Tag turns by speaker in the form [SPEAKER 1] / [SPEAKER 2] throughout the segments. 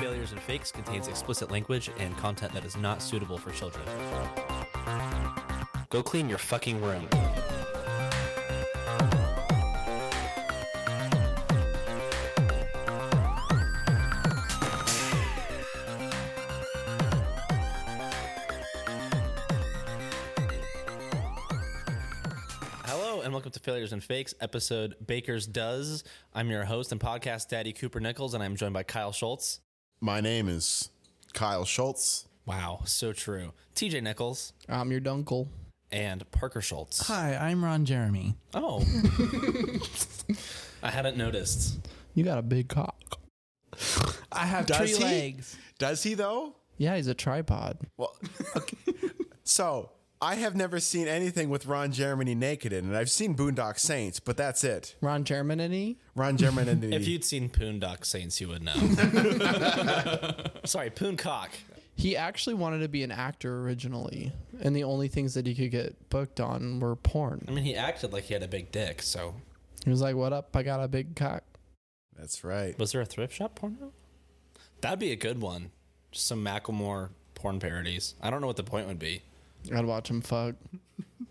[SPEAKER 1] Failures and Fakes contains explicit language and content that is not suitable for children. Go clean your fucking room. Hello and welcome to Failures and Fakes, episode Baker's Does. I'm your host and podcast daddy Cooper Nichols, and I'm joined by Kyle Schultz.
[SPEAKER 2] My name is Kyle Schultz.
[SPEAKER 1] Wow, so true. TJ Nichols
[SPEAKER 3] I'm your dunkle.
[SPEAKER 1] and Parker Schultz.
[SPEAKER 4] Hi, I'm Ron Jeremy.
[SPEAKER 1] Oh. I hadn't noticed.
[SPEAKER 3] You got a big cock.
[SPEAKER 4] I have
[SPEAKER 2] Does
[SPEAKER 4] three
[SPEAKER 2] he?
[SPEAKER 4] legs.
[SPEAKER 2] Does he though?
[SPEAKER 3] Yeah, he's a tripod.
[SPEAKER 2] Well, okay. so I have never seen anything with Ron Jeremy naked in it. I've seen Boondock Saints, but that's it.
[SPEAKER 3] Ron Germany.
[SPEAKER 2] Ron Jeremy and
[SPEAKER 1] If
[SPEAKER 2] the
[SPEAKER 1] you'd seen Poondock Saints, you would know. Sorry, Pooncock.
[SPEAKER 3] He actually wanted to be an actor originally, and the only things that he could get booked on were porn.
[SPEAKER 1] I mean, he acted like he had a big dick, so.
[SPEAKER 3] He was like, "What up? I got a big cock."
[SPEAKER 2] That's right.
[SPEAKER 1] Was there a thrift shop porno? That'd be a good one. Just some Macklemore porn parodies. I don't know what the point would be.
[SPEAKER 3] I'd watch him fuck.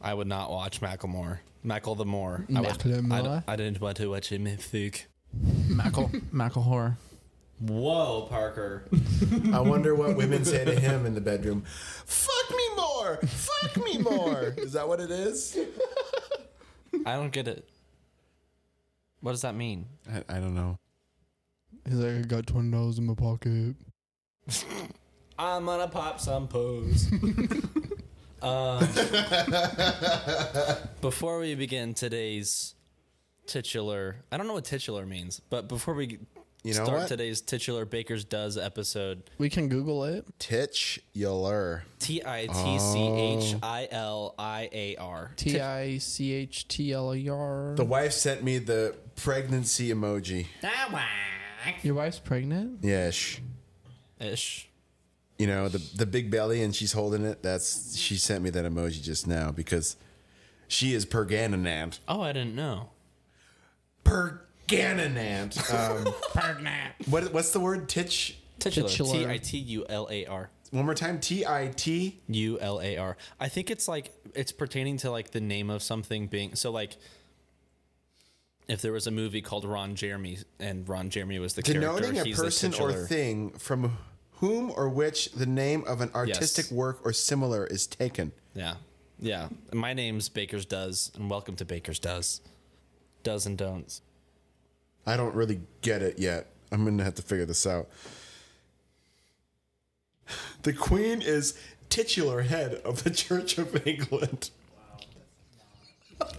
[SPEAKER 1] I would not watch Macklemore. Mackle the More. I, would,
[SPEAKER 3] Macklemore?
[SPEAKER 1] I, I didn't want to watch him think.
[SPEAKER 4] Mackle, Mackle
[SPEAKER 1] Whoa, Parker.
[SPEAKER 2] I wonder what women say to him in the bedroom. Fuck me more. Fuck me more. Is that what it is?
[SPEAKER 1] I don't get it. What does that mean?
[SPEAKER 2] I, I don't know.
[SPEAKER 3] He's like, "I got twenty dollars in my pocket."
[SPEAKER 1] I'm gonna pop some poos. um, before we begin today's titular, I don't know what titular means, but before we
[SPEAKER 2] You know
[SPEAKER 1] start
[SPEAKER 2] what?
[SPEAKER 1] today's titular Baker's Does episode,
[SPEAKER 3] We can Google it.
[SPEAKER 2] Titular.
[SPEAKER 1] T I T C H I L I A R.
[SPEAKER 3] T i c h t l e r.
[SPEAKER 2] The wife sent me the pregnancy emoji.
[SPEAKER 3] Your wife's pregnant.
[SPEAKER 2] Yes.
[SPEAKER 1] Ish.
[SPEAKER 2] you know the the big belly and she's holding it that's she sent me that emoji just now because she is pergananant
[SPEAKER 1] Oh, I didn't know.
[SPEAKER 2] pergananant um, what, what's the word titch
[SPEAKER 1] Titular.
[SPEAKER 3] Titular.
[SPEAKER 1] T I T U L A R.
[SPEAKER 2] one more time t-i-t
[SPEAKER 1] U L A R. I think it's like it's pertaining to like the name of something being so like if there was a movie called Ron Jeremy and Ron Jeremy was the
[SPEAKER 2] denoting
[SPEAKER 1] character,
[SPEAKER 2] a
[SPEAKER 1] he's
[SPEAKER 2] person
[SPEAKER 1] the
[SPEAKER 2] or
[SPEAKER 1] titular.
[SPEAKER 2] thing from whom or which the name of an artistic
[SPEAKER 1] Yes.
[SPEAKER 2] work or similar is taken
[SPEAKER 1] yeah, yeah. My name's Baker's Does, and welcome to Baker's Does, Does and Don'ts.
[SPEAKER 2] i don't really get it yet i'm gonna have to figure this out the queen is titular head of the church of england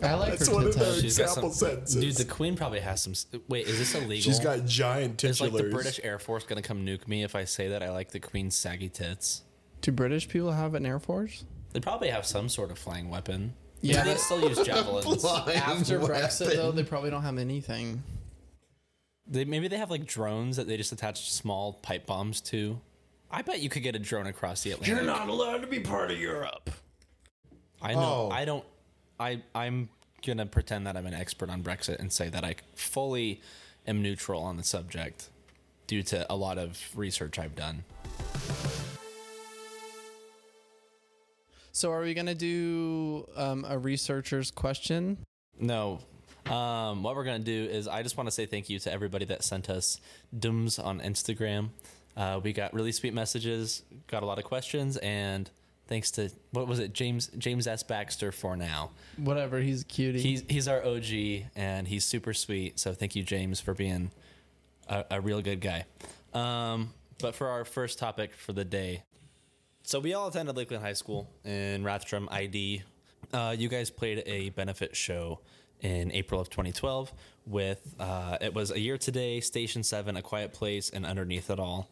[SPEAKER 3] I like her
[SPEAKER 2] That's one of
[SPEAKER 3] tits out.
[SPEAKER 2] those
[SPEAKER 1] She's got some-
[SPEAKER 2] example sentences.
[SPEAKER 1] Dude, the Queen probably has some. s- Wait, is this illegal?
[SPEAKER 2] She's got giant
[SPEAKER 1] Is like
[SPEAKER 2] titulars.
[SPEAKER 1] the British Air Force gonna come nuke me if I say that I like the Queen's saggy tits?
[SPEAKER 3] Do British people have an air force?
[SPEAKER 1] They probably have some sort of flying weapon.
[SPEAKER 3] Yeah,
[SPEAKER 1] Yeah, they
[SPEAKER 3] but-
[SPEAKER 1] still use javelins.
[SPEAKER 3] After Brexit, though, they probably don't have anything.
[SPEAKER 1] They maybe they have like drones that they just attach small pipe bombs to. I bet you could get a drone across the Atlantic. You're not allowed to be part of Europe. I know.
[SPEAKER 2] Oh.
[SPEAKER 1] I don't. I I'm gonna pretend that I'm an expert on Brexit and say that I fully am neutral on the subject due to a lot of research I've done.
[SPEAKER 3] So, are we gonna do um, a researcher's question?
[SPEAKER 1] No. Um, what we're gonna do is I just want to say thank you to everybody that sent us dums on Instagram. Uh, we got really sweet messages, got a lot of questions, and thanks to what was it, James James S Baxter for now.
[SPEAKER 3] Whatever, he's a cutie.
[SPEAKER 1] He's he's our OG and he's super sweet. So thank you, James, for being a, a real good guy. Um, but for our first topic for the day, so we all attended Lakeland High School in Rathdrum, ID. Uh, you guys played a benefit show in April of 2012 with uh, it was a year today, Station Seven, A Quiet Place, and Underneath It All.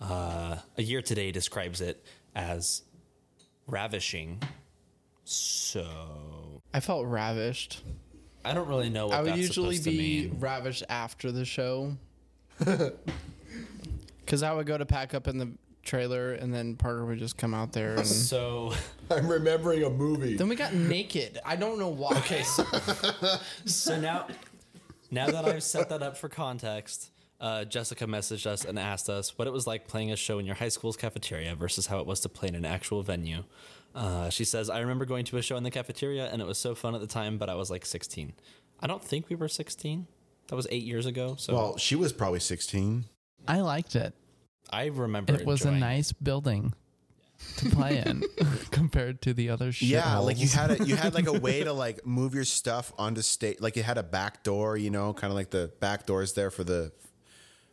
[SPEAKER 1] Uh, a year today describes it as ravishing. So
[SPEAKER 3] I felt ravished.
[SPEAKER 1] I don't really know what
[SPEAKER 3] I would
[SPEAKER 1] that's
[SPEAKER 3] usually
[SPEAKER 1] supposed to
[SPEAKER 3] be
[SPEAKER 1] mean.
[SPEAKER 3] ravished after the show. Because I would go to pack up in the trailer, and then Parker would just come out there. And
[SPEAKER 1] So
[SPEAKER 2] I'm remembering a movie.
[SPEAKER 3] then we got naked. I don't know why.
[SPEAKER 1] okay, so, so now now that I've set that up for context, uh, Jessica messaged us and asked us what it was like playing a show in your high school's cafeteria versus how it was to play in an actual venue. Uh, she says, "I remember going to a show in the cafeteria and it was so fun at the time, but I was like 16. I don't think we were 16. That was eight years ago. So
[SPEAKER 2] well, she was probably 16.
[SPEAKER 4] I liked it.
[SPEAKER 1] I remember
[SPEAKER 4] It was a
[SPEAKER 1] enjoying
[SPEAKER 4] nice building to play in compared to the other shit.
[SPEAKER 2] Yeah, like you
[SPEAKER 4] holes.
[SPEAKER 2] had a you had like a way to like move your stuff onto stage. Like it had a back door, you know, kind of like the back doors there for the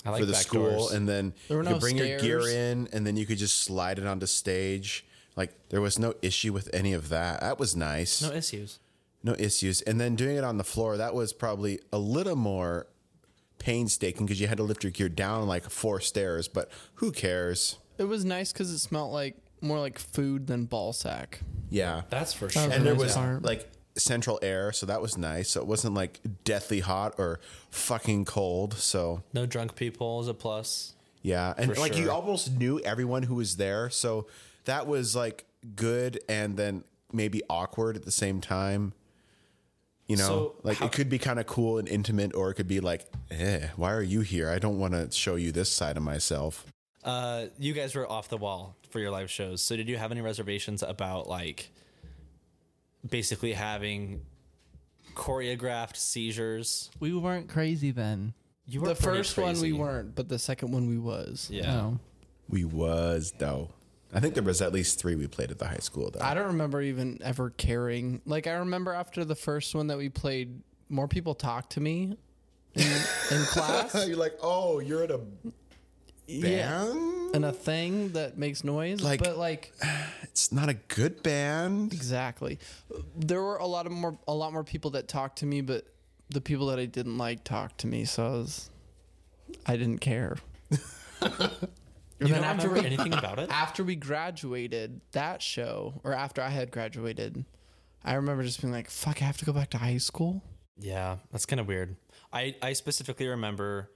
[SPEAKER 1] I like
[SPEAKER 2] for the
[SPEAKER 1] back
[SPEAKER 2] school,
[SPEAKER 1] doors.
[SPEAKER 2] and then
[SPEAKER 3] There were
[SPEAKER 2] you could
[SPEAKER 3] no
[SPEAKER 2] bring your gear
[SPEAKER 3] stairs.
[SPEAKER 2] in, and then you could just slide it onto stage. Like there was no issue with any of that. That was nice.
[SPEAKER 1] no issues.
[SPEAKER 2] no issues. And then doing it on the floor, that was probably a little more painstaking because you had to lift your gear down like four stairs. But who cares?
[SPEAKER 3] It was nice because it smelled like more like food than ball sack.
[SPEAKER 2] Yeah.
[SPEAKER 1] That's for sure.
[SPEAKER 4] was
[SPEAKER 2] and there
[SPEAKER 4] nice
[SPEAKER 2] was
[SPEAKER 4] part.
[SPEAKER 2] like central air, so that was nice. So it wasn't like deathly hot or fucking cold. So
[SPEAKER 1] No drunk people is a plus.
[SPEAKER 2] yeah, and
[SPEAKER 1] For
[SPEAKER 2] like you
[SPEAKER 1] sure.
[SPEAKER 2] almost knew everyone who was there, so that was like good and then maybe awkward at the same time. You know,
[SPEAKER 1] So
[SPEAKER 2] like
[SPEAKER 1] how-
[SPEAKER 2] it could be kind of cool and intimate, or it could be like, eh, why are you here? I don't want to show you this side of myself.
[SPEAKER 1] Uh, you guys were off the wall for your live shows. So did you have any reservations about like basically having choreographed seizures?
[SPEAKER 4] we weren't crazy then.
[SPEAKER 1] You
[SPEAKER 3] The
[SPEAKER 1] pretty
[SPEAKER 3] first one we
[SPEAKER 1] crazy.
[SPEAKER 3] weren't, but the second one we was.
[SPEAKER 1] Yeah.
[SPEAKER 4] No.
[SPEAKER 2] We was though. I think there was at least three we played at the high school though.
[SPEAKER 3] I don't remember even ever caring. Like I remember after the first one that we played, more people talked to me in, in class.
[SPEAKER 2] You're like, oh, you're at a
[SPEAKER 3] Yeah.
[SPEAKER 2] band.
[SPEAKER 3] And a thing that makes noise.
[SPEAKER 2] Like-
[SPEAKER 3] but like
[SPEAKER 2] It's not a good band.
[SPEAKER 3] exactly. There were a lot of more a lot more people that talked to me, but the people that I didn't like talked to me, so I was I didn't care.
[SPEAKER 1] You
[SPEAKER 3] And
[SPEAKER 1] don't
[SPEAKER 3] then
[SPEAKER 1] remember anything about it?
[SPEAKER 3] after we graduated that show, or after I had graduated, I remember just being like, fuck, I have to go back to high school.
[SPEAKER 1] Yeah, that's kind of weird. I, I specifically remember.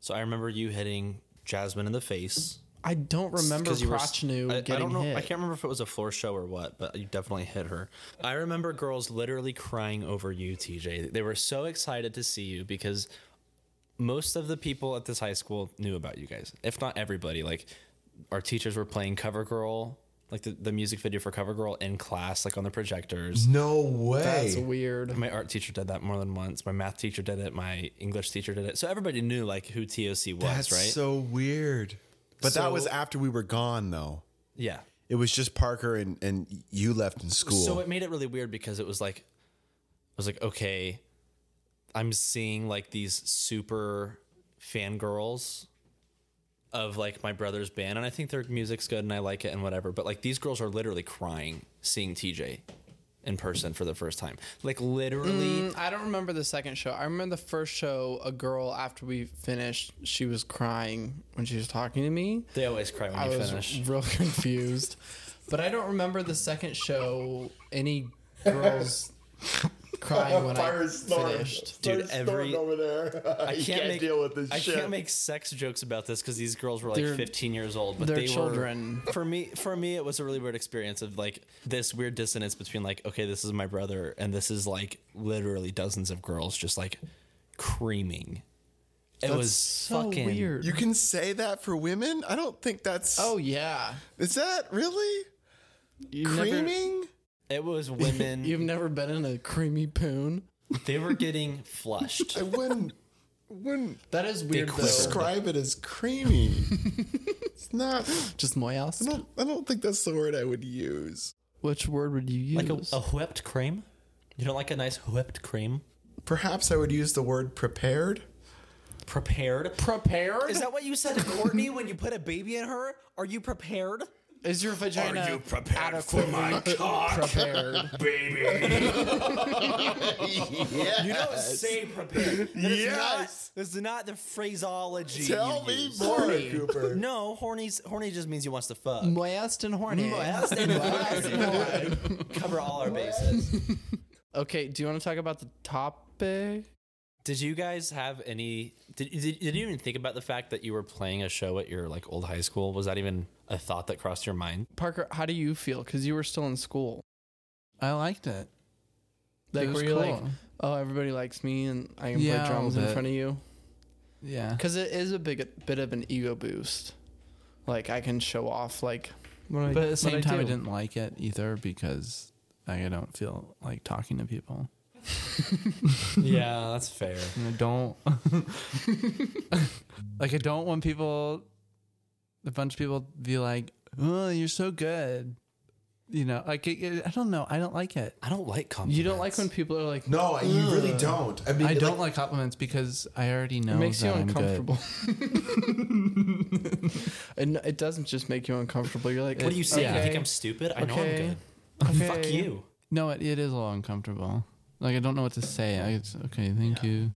[SPEAKER 1] So I remember you hitting Jasmine in the face.
[SPEAKER 3] I don't remember
[SPEAKER 1] 'Cause you were-
[SPEAKER 3] Prochnu
[SPEAKER 1] I, I
[SPEAKER 3] getting
[SPEAKER 1] don't know.
[SPEAKER 3] hit.
[SPEAKER 1] I can't remember if it was a floor show or what, but you definitely hit her. I remember girls literally crying over you, TJ. They were so excited to see you because most of the people at this high school knew about you guys, if not everybody. Like our teachers were playing CoverGirl, like the, the music video for CoverGirl in class, like on the projectors.
[SPEAKER 2] No way.
[SPEAKER 3] That's weird.
[SPEAKER 1] My art teacher did that more than once. My math teacher did it. My English teacher did it. So everybody knew like who TOC was,
[SPEAKER 2] That's
[SPEAKER 1] right?
[SPEAKER 2] so weird. But that
[SPEAKER 1] So-
[SPEAKER 2] was after we were gone, though.
[SPEAKER 1] yeah.
[SPEAKER 2] It was just Parker and, and you left in school.
[SPEAKER 1] So it made it really weird because it was like, I was like, okay, I'm seeing like these super fangirls of like my brother's band, and I think their music's good and I like it and whatever. But like these girls are literally crying seeing TJ in person for the first time. Like literally,
[SPEAKER 3] Mm, I don't remember the second show. I remember the first show, a girl, after we finished, she was crying when she was talking to me.
[SPEAKER 1] they always cry when
[SPEAKER 3] I
[SPEAKER 1] you
[SPEAKER 3] was
[SPEAKER 1] finish.
[SPEAKER 3] real confused. but I don't remember the second show, any girls crying when I finished.
[SPEAKER 1] Dude, every
[SPEAKER 2] over there. I
[SPEAKER 1] I can't make I can't make sex jokes about this because these girls were like
[SPEAKER 3] They're-
[SPEAKER 1] 15 years old, but
[SPEAKER 3] they're
[SPEAKER 1] they
[SPEAKER 3] children.
[SPEAKER 1] were for me. For me, it was a really weird experience of like this weird dissonance between like, okay, this is my brother, and this is like literally dozens of girls just like creaming. It was
[SPEAKER 3] so
[SPEAKER 1] fucking
[SPEAKER 3] weird.
[SPEAKER 2] you can say that for women? I don't think that's.
[SPEAKER 3] Oh, yeah.
[SPEAKER 2] is that really
[SPEAKER 3] You
[SPEAKER 2] creaming?
[SPEAKER 1] It was women.
[SPEAKER 3] Never, you've never been in a creamy poon.
[SPEAKER 1] they were getting flushed.
[SPEAKER 2] I wouldn't wouldn't
[SPEAKER 3] That is weird,
[SPEAKER 1] quit.
[SPEAKER 3] though.
[SPEAKER 2] describe it as creamy. it's not.
[SPEAKER 3] Just moyas.
[SPEAKER 2] I don't, I don't think that's the word I would use.
[SPEAKER 3] Which word would you use?
[SPEAKER 1] like a, a whipped cream. You don't like a nice whipped cream
[SPEAKER 2] Perhaps I would use the word prepared.
[SPEAKER 1] prepared.
[SPEAKER 3] prepared?
[SPEAKER 1] Is that what you said to Courtney when you put a baby in her? Are you prepared?
[SPEAKER 3] Is your vagina
[SPEAKER 5] Are you prepared for
[SPEAKER 3] adequately
[SPEAKER 5] my cock,
[SPEAKER 3] prepared?
[SPEAKER 5] baby?
[SPEAKER 2] Yeah.
[SPEAKER 1] You don't say prepared. That is
[SPEAKER 2] Yes.
[SPEAKER 1] not, that's not the phraseology.
[SPEAKER 2] Tell
[SPEAKER 1] you
[SPEAKER 2] me
[SPEAKER 1] use.
[SPEAKER 2] more,
[SPEAKER 3] Horny.
[SPEAKER 2] Cooper.
[SPEAKER 1] No, horny's horny just means you wants to fuck.
[SPEAKER 3] Moist and horny.
[SPEAKER 1] Moist and Cover all our bases.
[SPEAKER 3] Okay, do you want to talk about the topic?
[SPEAKER 1] Did you guys have any? Did, did, did you even think about the fact that you were playing a show at your like old high school? Was that even a thought that crossed your mind?
[SPEAKER 3] Parker, how do you feel? Because you were still in school.
[SPEAKER 4] I liked it.
[SPEAKER 3] Like
[SPEAKER 4] it was
[SPEAKER 3] were you like,
[SPEAKER 4] cool.
[SPEAKER 3] oh, everybody likes me and I can
[SPEAKER 4] Yeah, a
[SPEAKER 3] play drums
[SPEAKER 4] little
[SPEAKER 3] in
[SPEAKER 4] bit.
[SPEAKER 3] front of you?
[SPEAKER 4] yeah.
[SPEAKER 3] Because it is a big bit of an ego boost. Like I can show off like. What I,
[SPEAKER 4] But at the same
[SPEAKER 3] what
[SPEAKER 4] time, I,
[SPEAKER 3] do.
[SPEAKER 4] didn't like it either because I don't feel like talking to people.
[SPEAKER 1] yeah, that's fair.
[SPEAKER 4] And I don't like. I don't want people, a bunch of people, be like, "Oh, you're so good." You know, like it, it- I don't know. I don't like it.
[SPEAKER 1] I don't like compliments.
[SPEAKER 3] You don't like when people are like.
[SPEAKER 2] No, you really don't. I mean,
[SPEAKER 4] I don't like compliments because I already know
[SPEAKER 3] It makes you
[SPEAKER 4] that I'm good.
[SPEAKER 3] uncomfortable. and it doesn't just make you uncomfortable. You're like,
[SPEAKER 1] What do you say? You
[SPEAKER 3] okay,
[SPEAKER 1] think I'm stupid? I know
[SPEAKER 3] Okay.
[SPEAKER 1] I'm good.
[SPEAKER 3] okay.
[SPEAKER 1] Fuck you.
[SPEAKER 4] No, it, it is a little uncomfortable. Like I don't know what to say. I, it's, okay, thank you.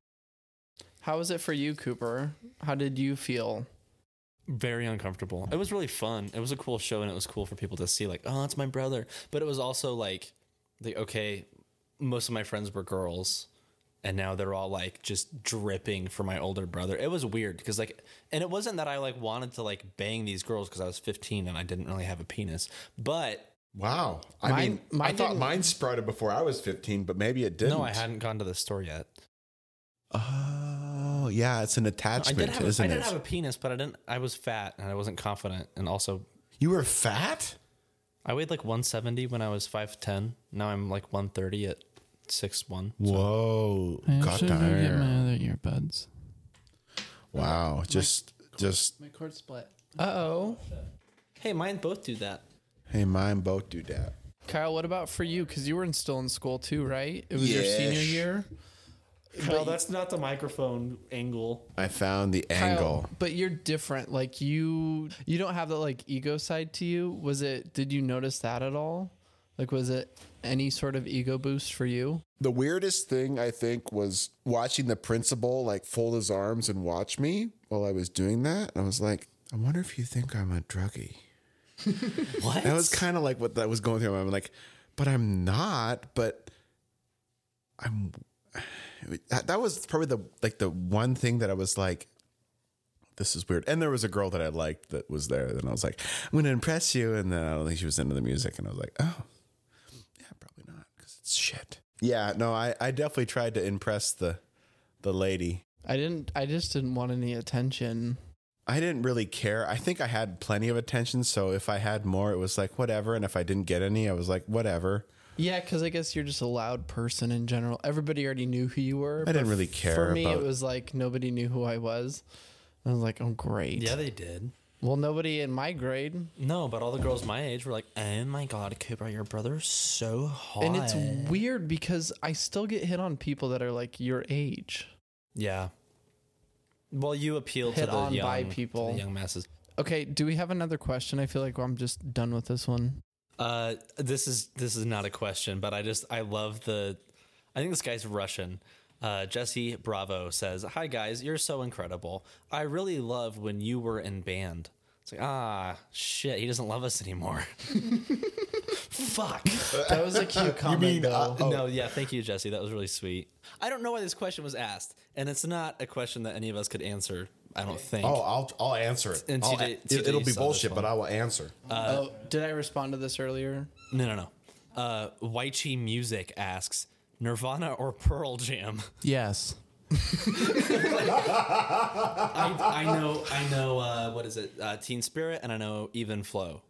[SPEAKER 3] How was it for you, Cooper? How did you feel?
[SPEAKER 1] Very uncomfortable. It was really fun. It was a cool show, and it was cool for people to see, like, oh, that's my brother. But it was also like, like okay, most of my friends were girls, and now they're all like just dripping for my older brother. It was weird because like, and it wasn't that I like wanted to like bang these girls because I was 15 and I didn't really have a penis, but
[SPEAKER 2] wow. I
[SPEAKER 3] Mine-
[SPEAKER 2] mean,
[SPEAKER 3] mine
[SPEAKER 2] I thought
[SPEAKER 3] didn't-
[SPEAKER 2] mine sprouted before I was 15, but maybe it didn't.
[SPEAKER 1] no, I hadn't gone to the store yet.
[SPEAKER 2] Oh, yeah, it's an
[SPEAKER 1] I
[SPEAKER 2] attachment,
[SPEAKER 1] did have, a,
[SPEAKER 2] isn't
[SPEAKER 1] I did
[SPEAKER 2] it?
[SPEAKER 1] have a penis, but I didn't. I was fat and I wasn't confident, and also
[SPEAKER 2] you were fat?
[SPEAKER 1] I weighed like 170 when I was 5'10. Now I'm like 130 at 6'1.
[SPEAKER 2] Whoa.
[SPEAKER 4] I
[SPEAKER 2] God
[SPEAKER 4] should go get
[SPEAKER 2] darn.
[SPEAKER 4] my other earbuds.
[SPEAKER 2] Wow. Just, just,
[SPEAKER 4] My cord split.
[SPEAKER 3] Uh oh.
[SPEAKER 1] Hey, mine both do that.
[SPEAKER 2] hey, mine both do that.
[SPEAKER 3] Kyle, what about for you? Because you were in, still in school too, right? It was your
[SPEAKER 2] Yes.
[SPEAKER 3] senior year.
[SPEAKER 6] Kyle, that's not the microphone angle.
[SPEAKER 2] I found the
[SPEAKER 3] Kyle,
[SPEAKER 2] angle.
[SPEAKER 3] but you're different. Like you, you don't have that like ego side to you. Was it? Did you notice that at all? Like, was it any sort of ego boost for you?
[SPEAKER 2] The weirdest thing I think was watching the principal like fold his arms and watch me while I was doing that. I was like, I wonder if you think I'm a druggie.
[SPEAKER 1] What?
[SPEAKER 2] That was kind of like what that was going through my mind. I'm like, but I'm not. But I'm. That, that was probably the like the one thing that I was like, this is weird. And there was a girl that I liked that was there, and I was like, I'm going to impress you. And then I don't think she was into the music, and I was like, oh, yeah, probably not because it's shit. Yeah, no, I I definitely tried to impress the the lady.
[SPEAKER 3] I didn't. I just didn't want any attention.
[SPEAKER 2] I didn't really care. I think I had plenty of attention, so if I had more, it was like whatever. And if I didn't get any, I was like whatever.
[SPEAKER 3] Yeah, because I guess you're just a loud person in general. Everybody already knew who you were.
[SPEAKER 2] I didn't
[SPEAKER 3] but
[SPEAKER 2] really
[SPEAKER 3] f-
[SPEAKER 2] care
[SPEAKER 3] For me,
[SPEAKER 2] about-
[SPEAKER 3] it was like nobody knew who I was. I was like, oh great.
[SPEAKER 1] yeah, they did.
[SPEAKER 3] Well, nobody in my grade,
[SPEAKER 1] No, but all the girls my age were like, oh my God, Cooper, your brother's so hot.
[SPEAKER 3] and it's weird because I still get hit on people that are like your age.
[SPEAKER 1] Yeah. Well, you appeal to
[SPEAKER 3] Hit
[SPEAKER 1] the,
[SPEAKER 3] on
[SPEAKER 1] young,
[SPEAKER 3] by
[SPEAKER 1] to the
[SPEAKER 3] people.
[SPEAKER 1] young masses.
[SPEAKER 3] Okay, do we have another question? I feel like I'm just done with this one.
[SPEAKER 1] Uh, this is this is not a question, but I just I love the. I think this guy's Russian. Uh, Jesse Bravo says, "Hi guys, you're so incredible. I really love when you were in band." It's like ah shit, he doesn't love us anymore. Fuck.
[SPEAKER 3] That was a cute comment. though.
[SPEAKER 1] No, yeah, thank you, Jesse. That was really sweet. I don't know why this question was asked, and it's not a question that any of us could answer. I don't think.
[SPEAKER 2] Oh, I'll I'll answer it.
[SPEAKER 1] And
[SPEAKER 2] I'll-
[SPEAKER 1] TJ
[SPEAKER 2] it will
[SPEAKER 1] saw
[SPEAKER 2] be
[SPEAKER 1] this
[SPEAKER 2] bullshit,
[SPEAKER 1] one.
[SPEAKER 2] but I will answer.
[SPEAKER 1] Uh,
[SPEAKER 3] oh, did I respond to this earlier?
[SPEAKER 1] No, no, no. Uh, Weichi Music asks Nirvana or Pearl Jam.
[SPEAKER 4] Yes.
[SPEAKER 1] I, I know, I know. Uh, what is it? Uh, Teen Spirit, and I know Even Flow,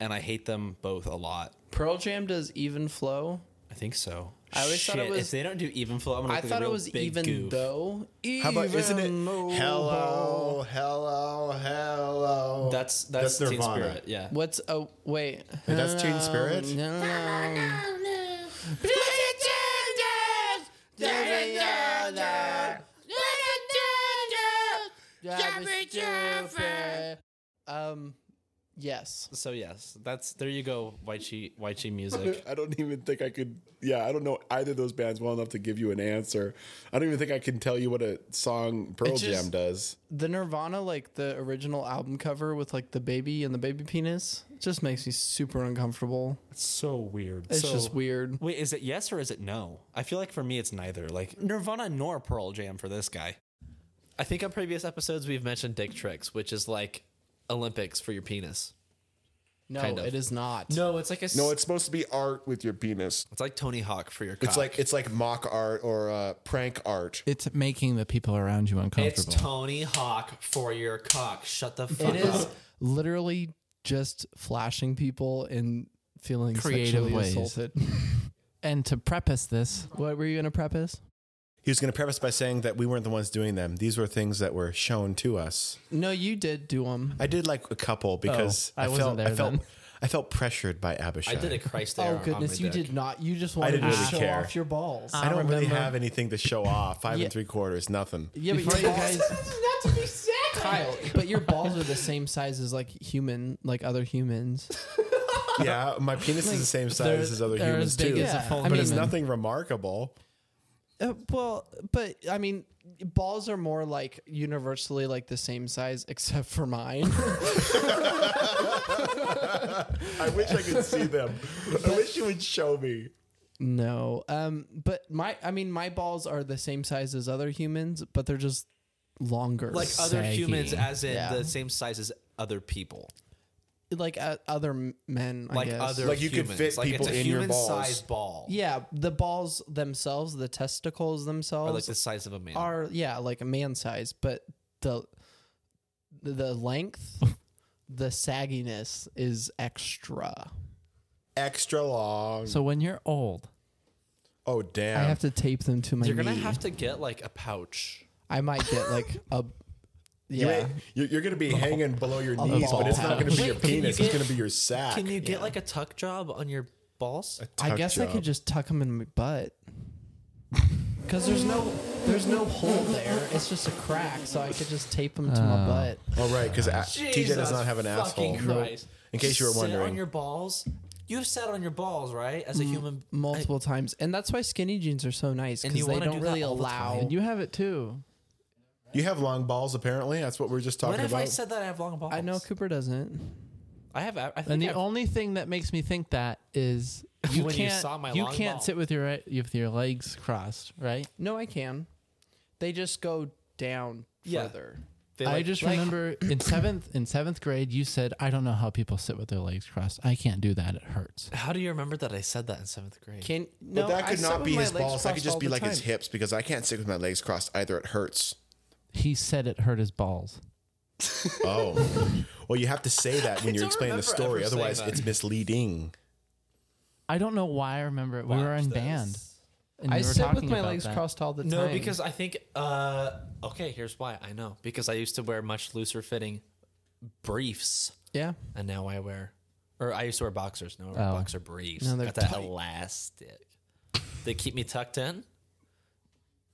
[SPEAKER 1] and I hate them both a lot.
[SPEAKER 3] Pearl Jam does even flow.
[SPEAKER 1] I think so.
[SPEAKER 3] I always thought it
[SPEAKER 1] Shit,
[SPEAKER 3] was-
[SPEAKER 1] if they don't do Even Flow. I'm gonna
[SPEAKER 3] I
[SPEAKER 1] look like a
[SPEAKER 3] thought it
[SPEAKER 1] real
[SPEAKER 3] was
[SPEAKER 1] big
[SPEAKER 3] even
[SPEAKER 1] goof.
[SPEAKER 3] though. Even
[SPEAKER 2] How about isn't it
[SPEAKER 3] though.
[SPEAKER 2] hello, hello, hello?
[SPEAKER 1] That's that's,
[SPEAKER 2] That's
[SPEAKER 1] Teen
[SPEAKER 2] Nirvana.
[SPEAKER 1] Spirit. Yeah.
[SPEAKER 3] What's oh wait?
[SPEAKER 2] Wait, that's Teen Spirit?
[SPEAKER 3] No, no, no. Um, yes.
[SPEAKER 1] So yes, that's there. You go, Weichi Weichi Music.
[SPEAKER 2] I don't even think I could. Yeah, I don't know either of those bands well enough to give you an answer. I don't even think I can tell you what a song Pearl
[SPEAKER 3] It just-
[SPEAKER 2] Jam does.
[SPEAKER 3] The Nirvana, like the original album cover with like the baby and the baby penis, just makes me super uncomfortable.
[SPEAKER 1] It's so weird.
[SPEAKER 3] It's just weird.
[SPEAKER 1] Wait, is it yes or is it no? I feel like for me it's neither. Like Nirvana nor Pearl Jam for this guy. I think on previous episodes we've mentioned dick tricks, which is like Olympics for your penis.
[SPEAKER 3] No,
[SPEAKER 1] Kind of.
[SPEAKER 3] it is not.
[SPEAKER 6] No, it's like a. s-
[SPEAKER 7] No, it's supposed to be art with your penis.
[SPEAKER 1] It's like Tony Hawk for your cock.
[SPEAKER 2] It's like it's like mock art or uh, prank art.
[SPEAKER 4] It's making the people around you
[SPEAKER 1] It's
[SPEAKER 4] uncomfortable.
[SPEAKER 1] Tony Hawk for your cock. Shut the fuck
[SPEAKER 3] It
[SPEAKER 1] up.
[SPEAKER 3] is literally just flashing people and feeling
[SPEAKER 4] Creative
[SPEAKER 3] sexually
[SPEAKER 4] ways.
[SPEAKER 3] assaulted.
[SPEAKER 4] and to preface this,
[SPEAKER 3] what were you gonna preface?
[SPEAKER 2] He was going to preface by saying that we weren't the ones doing them. These were things that were shown to us.
[SPEAKER 3] No, you did do them.
[SPEAKER 2] I did like a couple because
[SPEAKER 4] I
[SPEAKER 2] I,
[SPEAKER 4] wasn't
[SPEAKER 2] felt
[SPEAKER 4] there
[SPEAKER 2] I felt
[SPEAKER 4] then.
[SPEAKER 2] I felt pressured by Abishai.
[SPEAKER 1] I did a Christ error.
[SPEAKER 3] Oh goodness,
[SPEAKER 1] on my
[SPEAKER 3] you
[SPEAKER 1] dick.
[SPEAKER 3] did not. You just wanted
[SPEAKER 2] didn't
[SPEAKER 3] to
[SPEAKER 2] really
[SPEAKER 3] show
[SPEAKER 2] care.
[SPEAKER 3] off your balls.
[SPEAKER 2] I don't really
[SPEAKER 4] remember-
[SPEAKER 2] have anything to show off. Five
[SPEAKER 3] Yeah.
[SPEAKER 2] and three quarters, nothing.
[SPEAKER 3] yeah, but
[SPEAKER 4] Before
[SPEAKER 3] your
[SPEAKER 4] you
[SPEAKER 3] balls,
[SPEAKER 4] guys-
[SPEAKER 5] not to be said.
[SPEAKER 3] Kyle, but your balls are the same size as like human, like other humans.
[SPEAKER 2] Yeah, my penis is the same
[SPEAKER 4] they're-
[SPEAKER 2] size as other
[SPEAKER 4] they're
[SPEAKER 2] humans
[SPEAKER 4] as big
[SPEAKER 2] too,
[SPEAKER 4] as a
[SPEAKER 3] Yeah,
[SPEAKER 4] full
[SPEAKER 3] I
[SPEAKER 2] but
[SPEAKER 3] mean-
[SPEAKER 2] it's
[SPEAKER 4] human.
[SPEAKER 2] nothing remarkable.
[SPEAKER 3] Uh, well, but I mean, balls are more like universally like the same size, except for mine.
[SPEAKER 2] I wish I could see them. I wish you would show me.
[SPEAKER 3] no, um, but my, I mean, my balls are the same size as other humans, but they're just longer.
[SPEAKER 1] Like other
[SPEAKER 4] Saggy.
[SPEAKER 1] humans, as in
[SPEAKER 3] Yeah.
[SPEAKER 1] the same size as other people.
[SPEAKER 3] like uh, other m- men, I
[SPEAKER 1] Like
[SPEAKER 3] guess.
[SPEAKER 1] other
[SPEAKER 2] Like you could
[SPEAKER 1] humans.
[SPEAKER 2] fit
[SPEAKER 1] like
[SPEAKER 2] people
[SPEAKER 1] it's a
[SPEAKER 2] in your
[SPEAKER 1] human
[SPEAKER 2] balls.
[SPEAKER 1] size ball.
[SPEAKER 3] yeah, the balls themselves, the testicles
[SPEAKER 1] Or like
[SPEAKER 3] themselves
[SPEAKER 1] the size of a man.
[SPEAKER 3] are yeah, like a man size, but the the length, the sagginess is extra.
[SPEAKER 2] Extra long.
[SPEAKER 4] so when you're old,
[SPEAKER 2] oh damn!
[SPEAKER 3] I have to tape them to my.
[SPEAKER 1] You're gonna
[SPEAKER 3] knee.
[SPEAKER 1] have to get like a pouch.
[SPEAKER 3] I might get like a.
[SPEAKER 2] You
[SPEAKER 3] Yeah.
[SPEAKER 2] ain't- you're, you're gonna be hanging below your
[SPEAKER 3] the
[SPEAKER 2] knees, but it's not gonna
[SPEAKER 3] balls.
[SPEAKER 2] be your
[SPEAKER 1] Wait, can you
[SPEAKER 2] penis. it's
[SPEAKER 1] get-
[SPEAKER 2] gonna be your sack.
[SPEAKER 1] Can you get like a tuck job on your balls?
[SPEAKER 3] I
[SPEAKER 2] Tuck
[SPEAKER 3] guess I
[SPEAKER 2] job.
[SPEAKER 3] could just tuck them in my butt. Cause there's no there's no hole there. It's just a crack, so I could just tape them to my butt.
[SPEAKER 2] Oh right, because TJ does not have an asshole. In case you were
[SPEAKER 1] sit on
[SPEAKER 2] wondering.
[SPEAKER 1] your balls. You've sat on your balls, right? As a human,
[SPEAKER 3] Multiple times, and that's why skinny jeans are so nice
[SPEAKER 1] And
[SPEAKER 3] because
[SPEAKER 1] you
[SPEAKER 3] they
[SPEAKER 1] wanna
[SPEAKER 3] don't
[SPEAKER 1] do that
[SPEAKER 3] really
[SPEAKER 1] all the
[SPEAKER 3] allow.
[SPEAKER 4] and you have it too.
[SPEAKER 2] You have long balls, apparently. That's what we are just
[SPEAKER 1] When
[SPEAKER 2] talking
[SPEAKER 1] have I
[SPEAKER 2] about.
[SPEAKER 1] said that I have long balls?
[SPEAKER 3] I know Cooper doesn't.
[SPEAKER 1] I have. I think
[SPEAKER 4] And the
[SPEAKER 1] I've-
[SPEAKER 4] only thing that makes me think that is you
[SPEAKER 1] When you
[SPEAKER 4] can't
[SPEAKER 1] saw my
[SPEAKER 4] you
[SPEAKER 1] long
[SPEAKER 4] can't
[SPEAKER 1] ball.
[SPEAKER 4] sit with your right- with your legs crossed, right?
[SPEAKER 3] No, I can. They just go down
[SPEAKER 1] Yeah.
[SPEAKER 3] further.
[SPEAKER 1] they,
[SPEAKER 4] I
[SPEAKER 1] like-
[SPEAKER 4] just
[SPEAKER 3] like-
[SPEAKER 4] remember in seventh in seventh grade you said I don't know how people sit with their legs crossed. I can't do that. It hurts.
[SPEAKER 1] How do you remember that I said that in seventh grade?
[SPEAKER 3] Can no,
[SPEAKER 2] But that
[SPEAKER 3] I
[SPEAKER 2] could
[SPEAKER 3] sit
[SPEAKER 2] not
[SPEAKER 3] with
[SPEAKER 2] be
[SPEAKER 3] my
[SPEAKER 2] his
[SPEAKER 3] legs
[SPEAKER 2] balls. That could
[SPEAKER 3] crossed
[SPEAKER 2] just
[SPEAKER 3] all
[SPEAKER 2] be
[SPEAKER 3] the
[SPEAKER 2] like his
[SPEAKER 3] time.
[SPEAKER 2] hips because I can't sit with my legs crossed either. It hurts.
[SPEAKER 4] He said it hurt his balls.
[SPEAKER 2] Oh. well, you have to say that when you're
[SPEAKER 1] don't
[SPEAKER 2] explaining
[SPEAKER 1] remember
[SPEAKER 2] the story.
[SPEAKER 1] ever saying
[SPEAKER 2] Otherwise,
[SPEAKER 1] that.
[SPEAKER 2] it's misleading.
[SPEAKER 4] I don't know why I remember it. We were in band. And
[SPEAKER 3] I
[SPEAKER 4] we were
[SPEAKER 3] sit with
[SPEAKER 4] talking
[SPEAKER 3] my
[SPEAKER 4] about
[SPEAKER 3] legs
[SPEAKER 4] that.
[SPEAKER 3] crossed all the time.
[SPEAKER 1] No, because I think. Uh, okay, here's why. I know because I used to wear much looser fitting briefs,
[SPEAKER 3] yeah,
[SPEAKER 1] and now I wear, or I used to wear boxers. Now I wear
[SPEAKER 4] Oh.
[SPEAKER 1] boxer briefs.
[SPEAKER 3] No, they're
[SPEAKER 1] Got that
[SPEAKER 3] tight.
[SPEAKER 1] elastic. They keep me tucked in.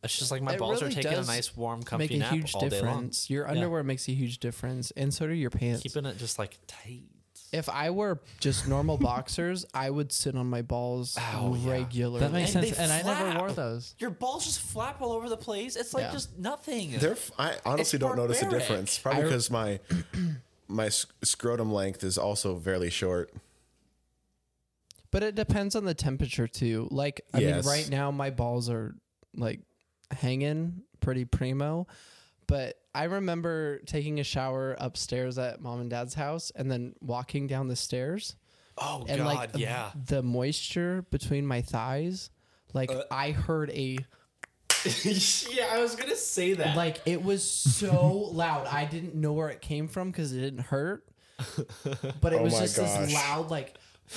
[SPEAKER 1] It's just like my
[SPEAKER 3] It
[SPEAKER 1] balls
[SPEAKER 3] really
[SPEAKER 1] are taking a
[SPEAKER 3] does
[SPEAKER 1] nice, warm,
[SPEAKER 3] make
[SPEAKER 1] comfy
[SPEAKER 3] a
[SPEAKER 1] nap
[SPEAKER 3] huge
[SPEAKER 1] all day long.
[SPEAKER 3] difference. Your
[SPEAKER 1] Yeah.
[SPEAKER 3] underwear makes a huge difference, and so do your pants.
[SPEAKER 1] keeping it just like tight.
[SPEAKER 3] if I were just normal boxers, I would sit on my balls regularly.
[SPEAKER 4] That makes
[SPEAKER 1] And
[SPEAKER 4] sense.
[SPEAKER 1] they
[SPEAKER 4] And I never
[SPEAKER 1] flap.
[SPEAKER 4] wore those.
[SPEAKER 1] Your balls just flap all over the place. It's like
[SPEAKER 3] Yeah.
[SPEAKER 1] just nothing.
[SPEAKER 2] They're, f- I honestly don't notice the
[SPEAKER 1] barbaric.
[SPEAKER 2] difference. Probably because my my sc- scrotum length is also fairly short.
[SPEAKER 3] But it depends on the temperature too. Like I
[SPEAKER 2] Yes.
[SPEAKER 3] mean, right now my balls are like hanging pretty primo. But I remember taking a shower upstairs at mom and dad's house and then walking down the stairs
[SPEAKER 1] oh
[SPEAKER 3] and
[SPEAKER 1] god,
[SPEAKER 3] like um, th-
[SPEAKER 1] yeah.
[SPEAKER 3] the moisture between my thighs. Like
[SPEAKER 1] Uh.
[SPEAKER 3] I heard a
[SPEAKER 1] yeah, I was gonna say that.
[SPEAKER 3] like it was so loud. I didn't know where it came from because it didn't hurt. But it was
[SPEAKER 2] Oh my
[SPEAKER 3] just
[SPEAKER 2] gosh.
[SPEAKER 3] this loud like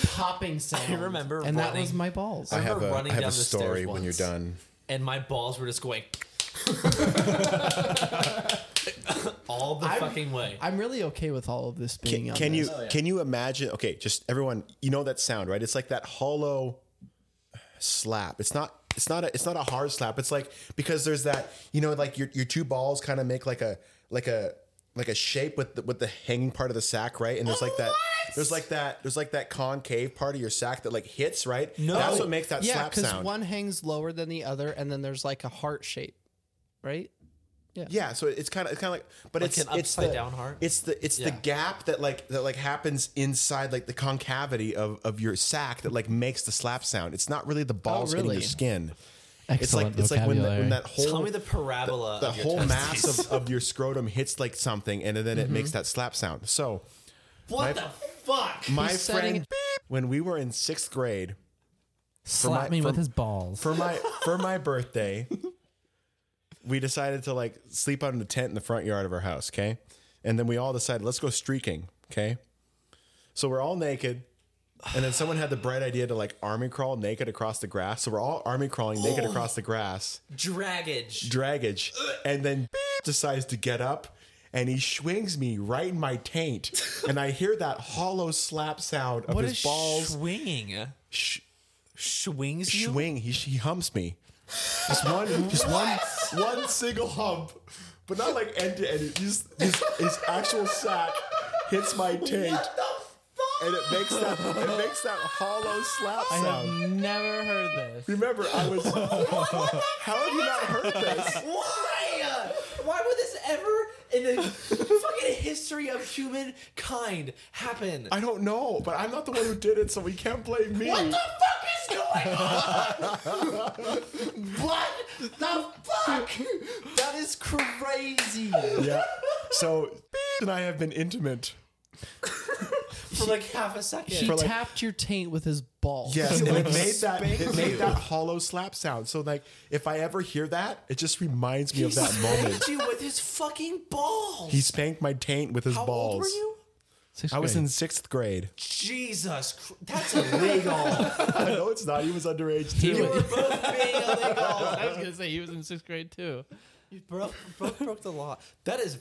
[SPEAKER 3] popping sound.
[SPEAKER 1] remember
[SPEAKER 3] and that
[SPEAKER 1] running-
[SPEAKER 3] was my balls.
[SPEAKER 2] I
[SPEAKER 1] I
[SPEAKER 2] have
[SPEAKER 1] remember
[SPEAKER 2] a, I
[SPEAKER 1] running
[SPEAKER 2] have a
[SPEAKER 1] down the stairs
[SPEAKER 2] story when you're
[SPEAKER 1] once.
[SPEAKER 2] done.
[SPEAKER 1] and my balls were just going all the fucking way.
[SPEAKER 3] I'm really okay with all of this being
[SPEAKER 2] Can,
[SPEAKER 3] on
[SPEAKER 2] can you
[SPEAKER 3] this. Oh,
[SPEAKER 2] can you imagine? Okay, just everyone, you know that sound, right? It's like that hollow slap. It's not it's not a it's not a hard slap. It's like because there's that you know like your your two balls kind of make like a like a like a shape with the, with the hanging part of the sack, right? And there's like that there's like that there's like that concave part of your sack that like hits, right? No, that's what makes that
[SPEAKER 3] yeah
[SPEAKER 2] slap
[SPEAKER 3] because
[SPEAKER 2] sound.
[SPEAKER 3] one hangs lower than the other and then there's like a heart shape right
[SPEAKER 2] Yeah, so it's kind of it's kind of like, but
[SPEAKER 1] Like
[SPEAKER 2] it's
[SPEAKER 1] an
[SPEAKER 2] it's the,
[SPEAKER 1] upside-down heart?
[SPEAKER 2] It's the it's the
[SPEAKER 1] Yeah.
[SPEAKER 2] gap that like that like happens inside like the concavity of of your sack that like makes the slap sound. It's not really the balls hitting
[SPEAKER 3] Oh, really?
[SPEAKER 2] your skin. It's like
[SPEAKER 4] Excellent
[SPEAKER 2] it's like when, the,
[SPEAKER 4] vocabulary.
[SPEAKER 2] when that whole
[SPEAKER 1] Tell me the parabola.
[SPEAKER 2] the
[SPEAKER 1] of your
[SPEAKER 2] whole
[SPEAKER 1] testes.
[SPEAKER 3] Mm-hmm.
[SPEAKER 2] mass of, of your scrotum hits like something, and then it makes that slap sound. So my,
[SPEAKER 8] What the fuck?
[SPEAKER 2] my
[SPEAKER 3] He's setting-
[SPEAKER 2] friend when we were in sixth grade
[SPEAKER 4] Slap
[SPEAKER 2] my-
[SPEAKER 4] me
[SPEAKER 2] for-
[SPEAKER 4] with his balls.
[SPEAKER 2] for my for my birthday, we decided to like sleep out in a tent in the front yard of our house, okay? And then we all decided let's go streaking, okay? So we're all naked. And then someone had the bright idea to like army crawl naked across the grass. So we're all army crawling naked across the grass,
[SPEAKER 1] Dragage.
[SPEAKER 2] dragage, and then decides to get up and he swings me right in my taint. And I hear that hollow slap sound of
[SPEAKER 1] What
[SPEAKER 2] his
[SPEAKER 1] is
[SPEAKER 2] balls.
[SPEAKER 1] swinging?
[SPEAKER 2] Sh-
[SPEAKER 1] Swings you?
[SPEAKER 2] swing. He, he humps me. Just one, just one, one single hump, but not like end to end. His, his, his actual sack hits my taint, and it makes that it makes that hollow slap
[SPEAKER 4] I
[SPEAKER 2] sound.
[SPEAKER 4] have never heard this.
[SPEAKER 2] Remember, I was. how have you not heard this?
[SPEAKER 1] Why? Why would this ever in the fucking history of humankind happen?
[SPEAKER 2] I don't know, but I'm not the one who did it, so we can't blame me.
[SPEAKER 1] What the fuck is going on? what the fuck? That is crazy.
[SPEAKER 2] Yeah. So and I have been intimate.
[SPEAKER 1] For like half a second.
[SPEAKER 3] He
[SPEAKER 2] For like-
[SPEAKER 3] tapped your taint with his balls.
[SPEAKER 2] Yes, and it made that it made that hollow slap sound. So like, if I ever hear that, it just reminds me of that moment.
[SPEAKER 1] spanked you with his fucking balls.
[SPEAKER 2] He spanked my taint with his
[SPEAKER 1] How
[SPEAKER 2] balls.
[SPEAKER 1] old were you?
[SPEAKER 2] I was in sixth grade.
[SPEAKER 1] Jesus, Chr- that's illegal.
[SPEAKER 2] I know it's not. He was underage too.
[SPEAKER 1] you were both being illegal.
[SPEAKER 4] I was gonna say he was in sixth grade too.
[SPEAKER 1] You bro- both broke the law. That is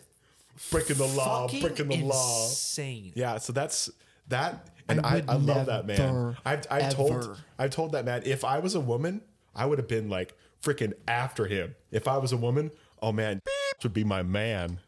[SPEAKER 2] breaking the law,
[SPEAKER 1] fucking
[SPEAKER 2] breaking the
[SPEAKER 1] insane.
[SPEAKER 2] law. Yeah. So that's that, and
[SPEAKER 3] I
[SPEAKER 2] I,
[SPEAKER 3] would
[SPEAKER 2] I, love that
[SPEAKER 3] never,
[SPEAKER 2] man. I I
[SPEAKER 3] ever.
[SPEAKER 2] told I told that man if I was a woman, I would have been like freaking after him. If I was a woman, oh man, would be my man.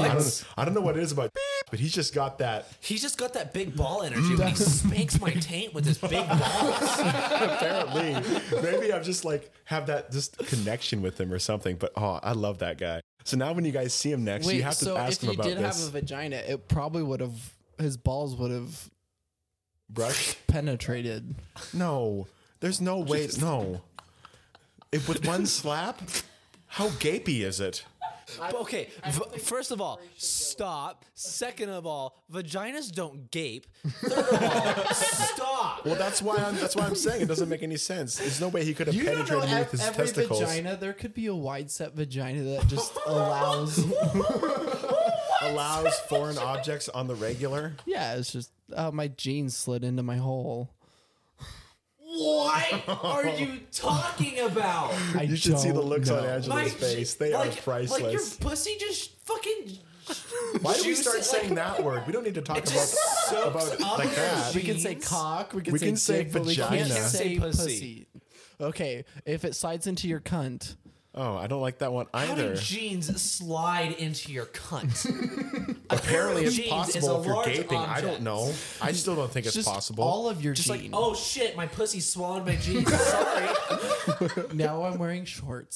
[SPEAKER 2] I don't, I don't know what it is about, but he's just got that.
[SPEAKER 1] He's just got that big ball energy when he
[SPEAKER 2] Mm.
[SPEAKER 1] spanks my taint with his big balls.
[SPEAKER 2] apparently. Maybe I'm just like have that just connection with him or something. But oh, I love that guy. So now when you guys see him next,
[SPEAKER 3] Wait,
[SPEAKER 2] you have to
[SPEAKER 3] so
[SPEAKER 2] ask
[SPEAKER 3] if
[SPEAKER 2] him
[SPEAKER 3] he
[SPEAKER 2] about
[SPEAKER 3] did
[SPEAKER 2] this.
[SPEAKER 3] have a vagina, it probably would have his balls would have
[SPEAKER 2] Brush?
[SPEAKER 3] penetrated.
[SPEAKER 2] No, there's no way. No, if with one slap, how gapey is it?
[SPEAKER 1] okay, v- first of all, stop. Second of all, vaginas don't gape. Third of all, stop.
[SPEAKER 2] Well, that's why I'm. That's why I'm saying it doesn't make any sense. There's no way he could have penetrated me with his
[SPEAKER 3] every
[SPEAKER 2] testicles.
[SPEAKER 3] vagina. There could be a wide set vagina that just allows.
[SPEAKER 2] Allows foreign objects on the regular.
[SPEAKER 3] yeah, it's just oh, my jeans slid into my hole.
[SPEAKER 1] What are you talking about?
[SPEAKER 3] I
[SPEAKER 2] You should see the
[SPEAKER 3] don't
[SPEAKER 2] looks on
[SPEAKER 3] know.
[SPEAKER 2] Angela's face. They
[SPEAKER 1] like,
[SPEAKER 2] are
[SPEAKER 1] Like your
[SPEAKER 2] priceless.
[SPEAKER 1] pussy just fucking.
[SPEAKER 2] Why do we
[SPEAKER 1] juice
[SPEAKER 2] start
[SPEAKER 1] it,
[SPEAKER 2] saying
[SPEAKER 1] like-
[SPEAKER 2] that word? We don't need to talk about
[SPEAKER 1] just soaks
[SPEAKER 2] about
[SPEAKER 1] up
[SPEAKER 2] like that.
[SPEAKER 3] We can say
[SPEAKER 1] Jeans?
[SPEAKER 3] cock. We can
[SPEAKER 2] We
[SPEAKER 3] say,
[SPEAKER 2] can say
[SPEAKER 3] dick, but we can't
[SPEAKER 2] vagina.
[SPEAKER 3] say
[SPEAKER 1] Say
[SPEAKER 3] pussy.
[SPEAKER 1] pussy.
[SPEAKER 3] Okay, if it slides into your cunt,
[SPEAKER 2] Oh, I don't like that one
[SPEAKER 1] How do
[SPEAKER 2] either.
[SPEAKER 1] jeans slide into your cunt?
[SPEAKER 2] Apparently, it's
[SPEAKER 1] Jeans
[SPEAKER 2] possible
[SPEAKER 1] is a
[SPEAKER 2] if you're
[SPEAKER 1] large
[SPEAKER 2] gaping. I
[SPEAKER 1] object.
[SPEAKER 2] don't know. I still don't think it's
[SPEAKER 3] just
[SPEAKER 2] possible.
[SPEAKER 3] all of your
[SPEAKER 1] Just like,
[SPEAKER 3] jeans.
[SPEAKER 1] oh shit, my pussy swallowed my jeans. Sorry.
[SPEAKER 3] now I'm wearing shorts.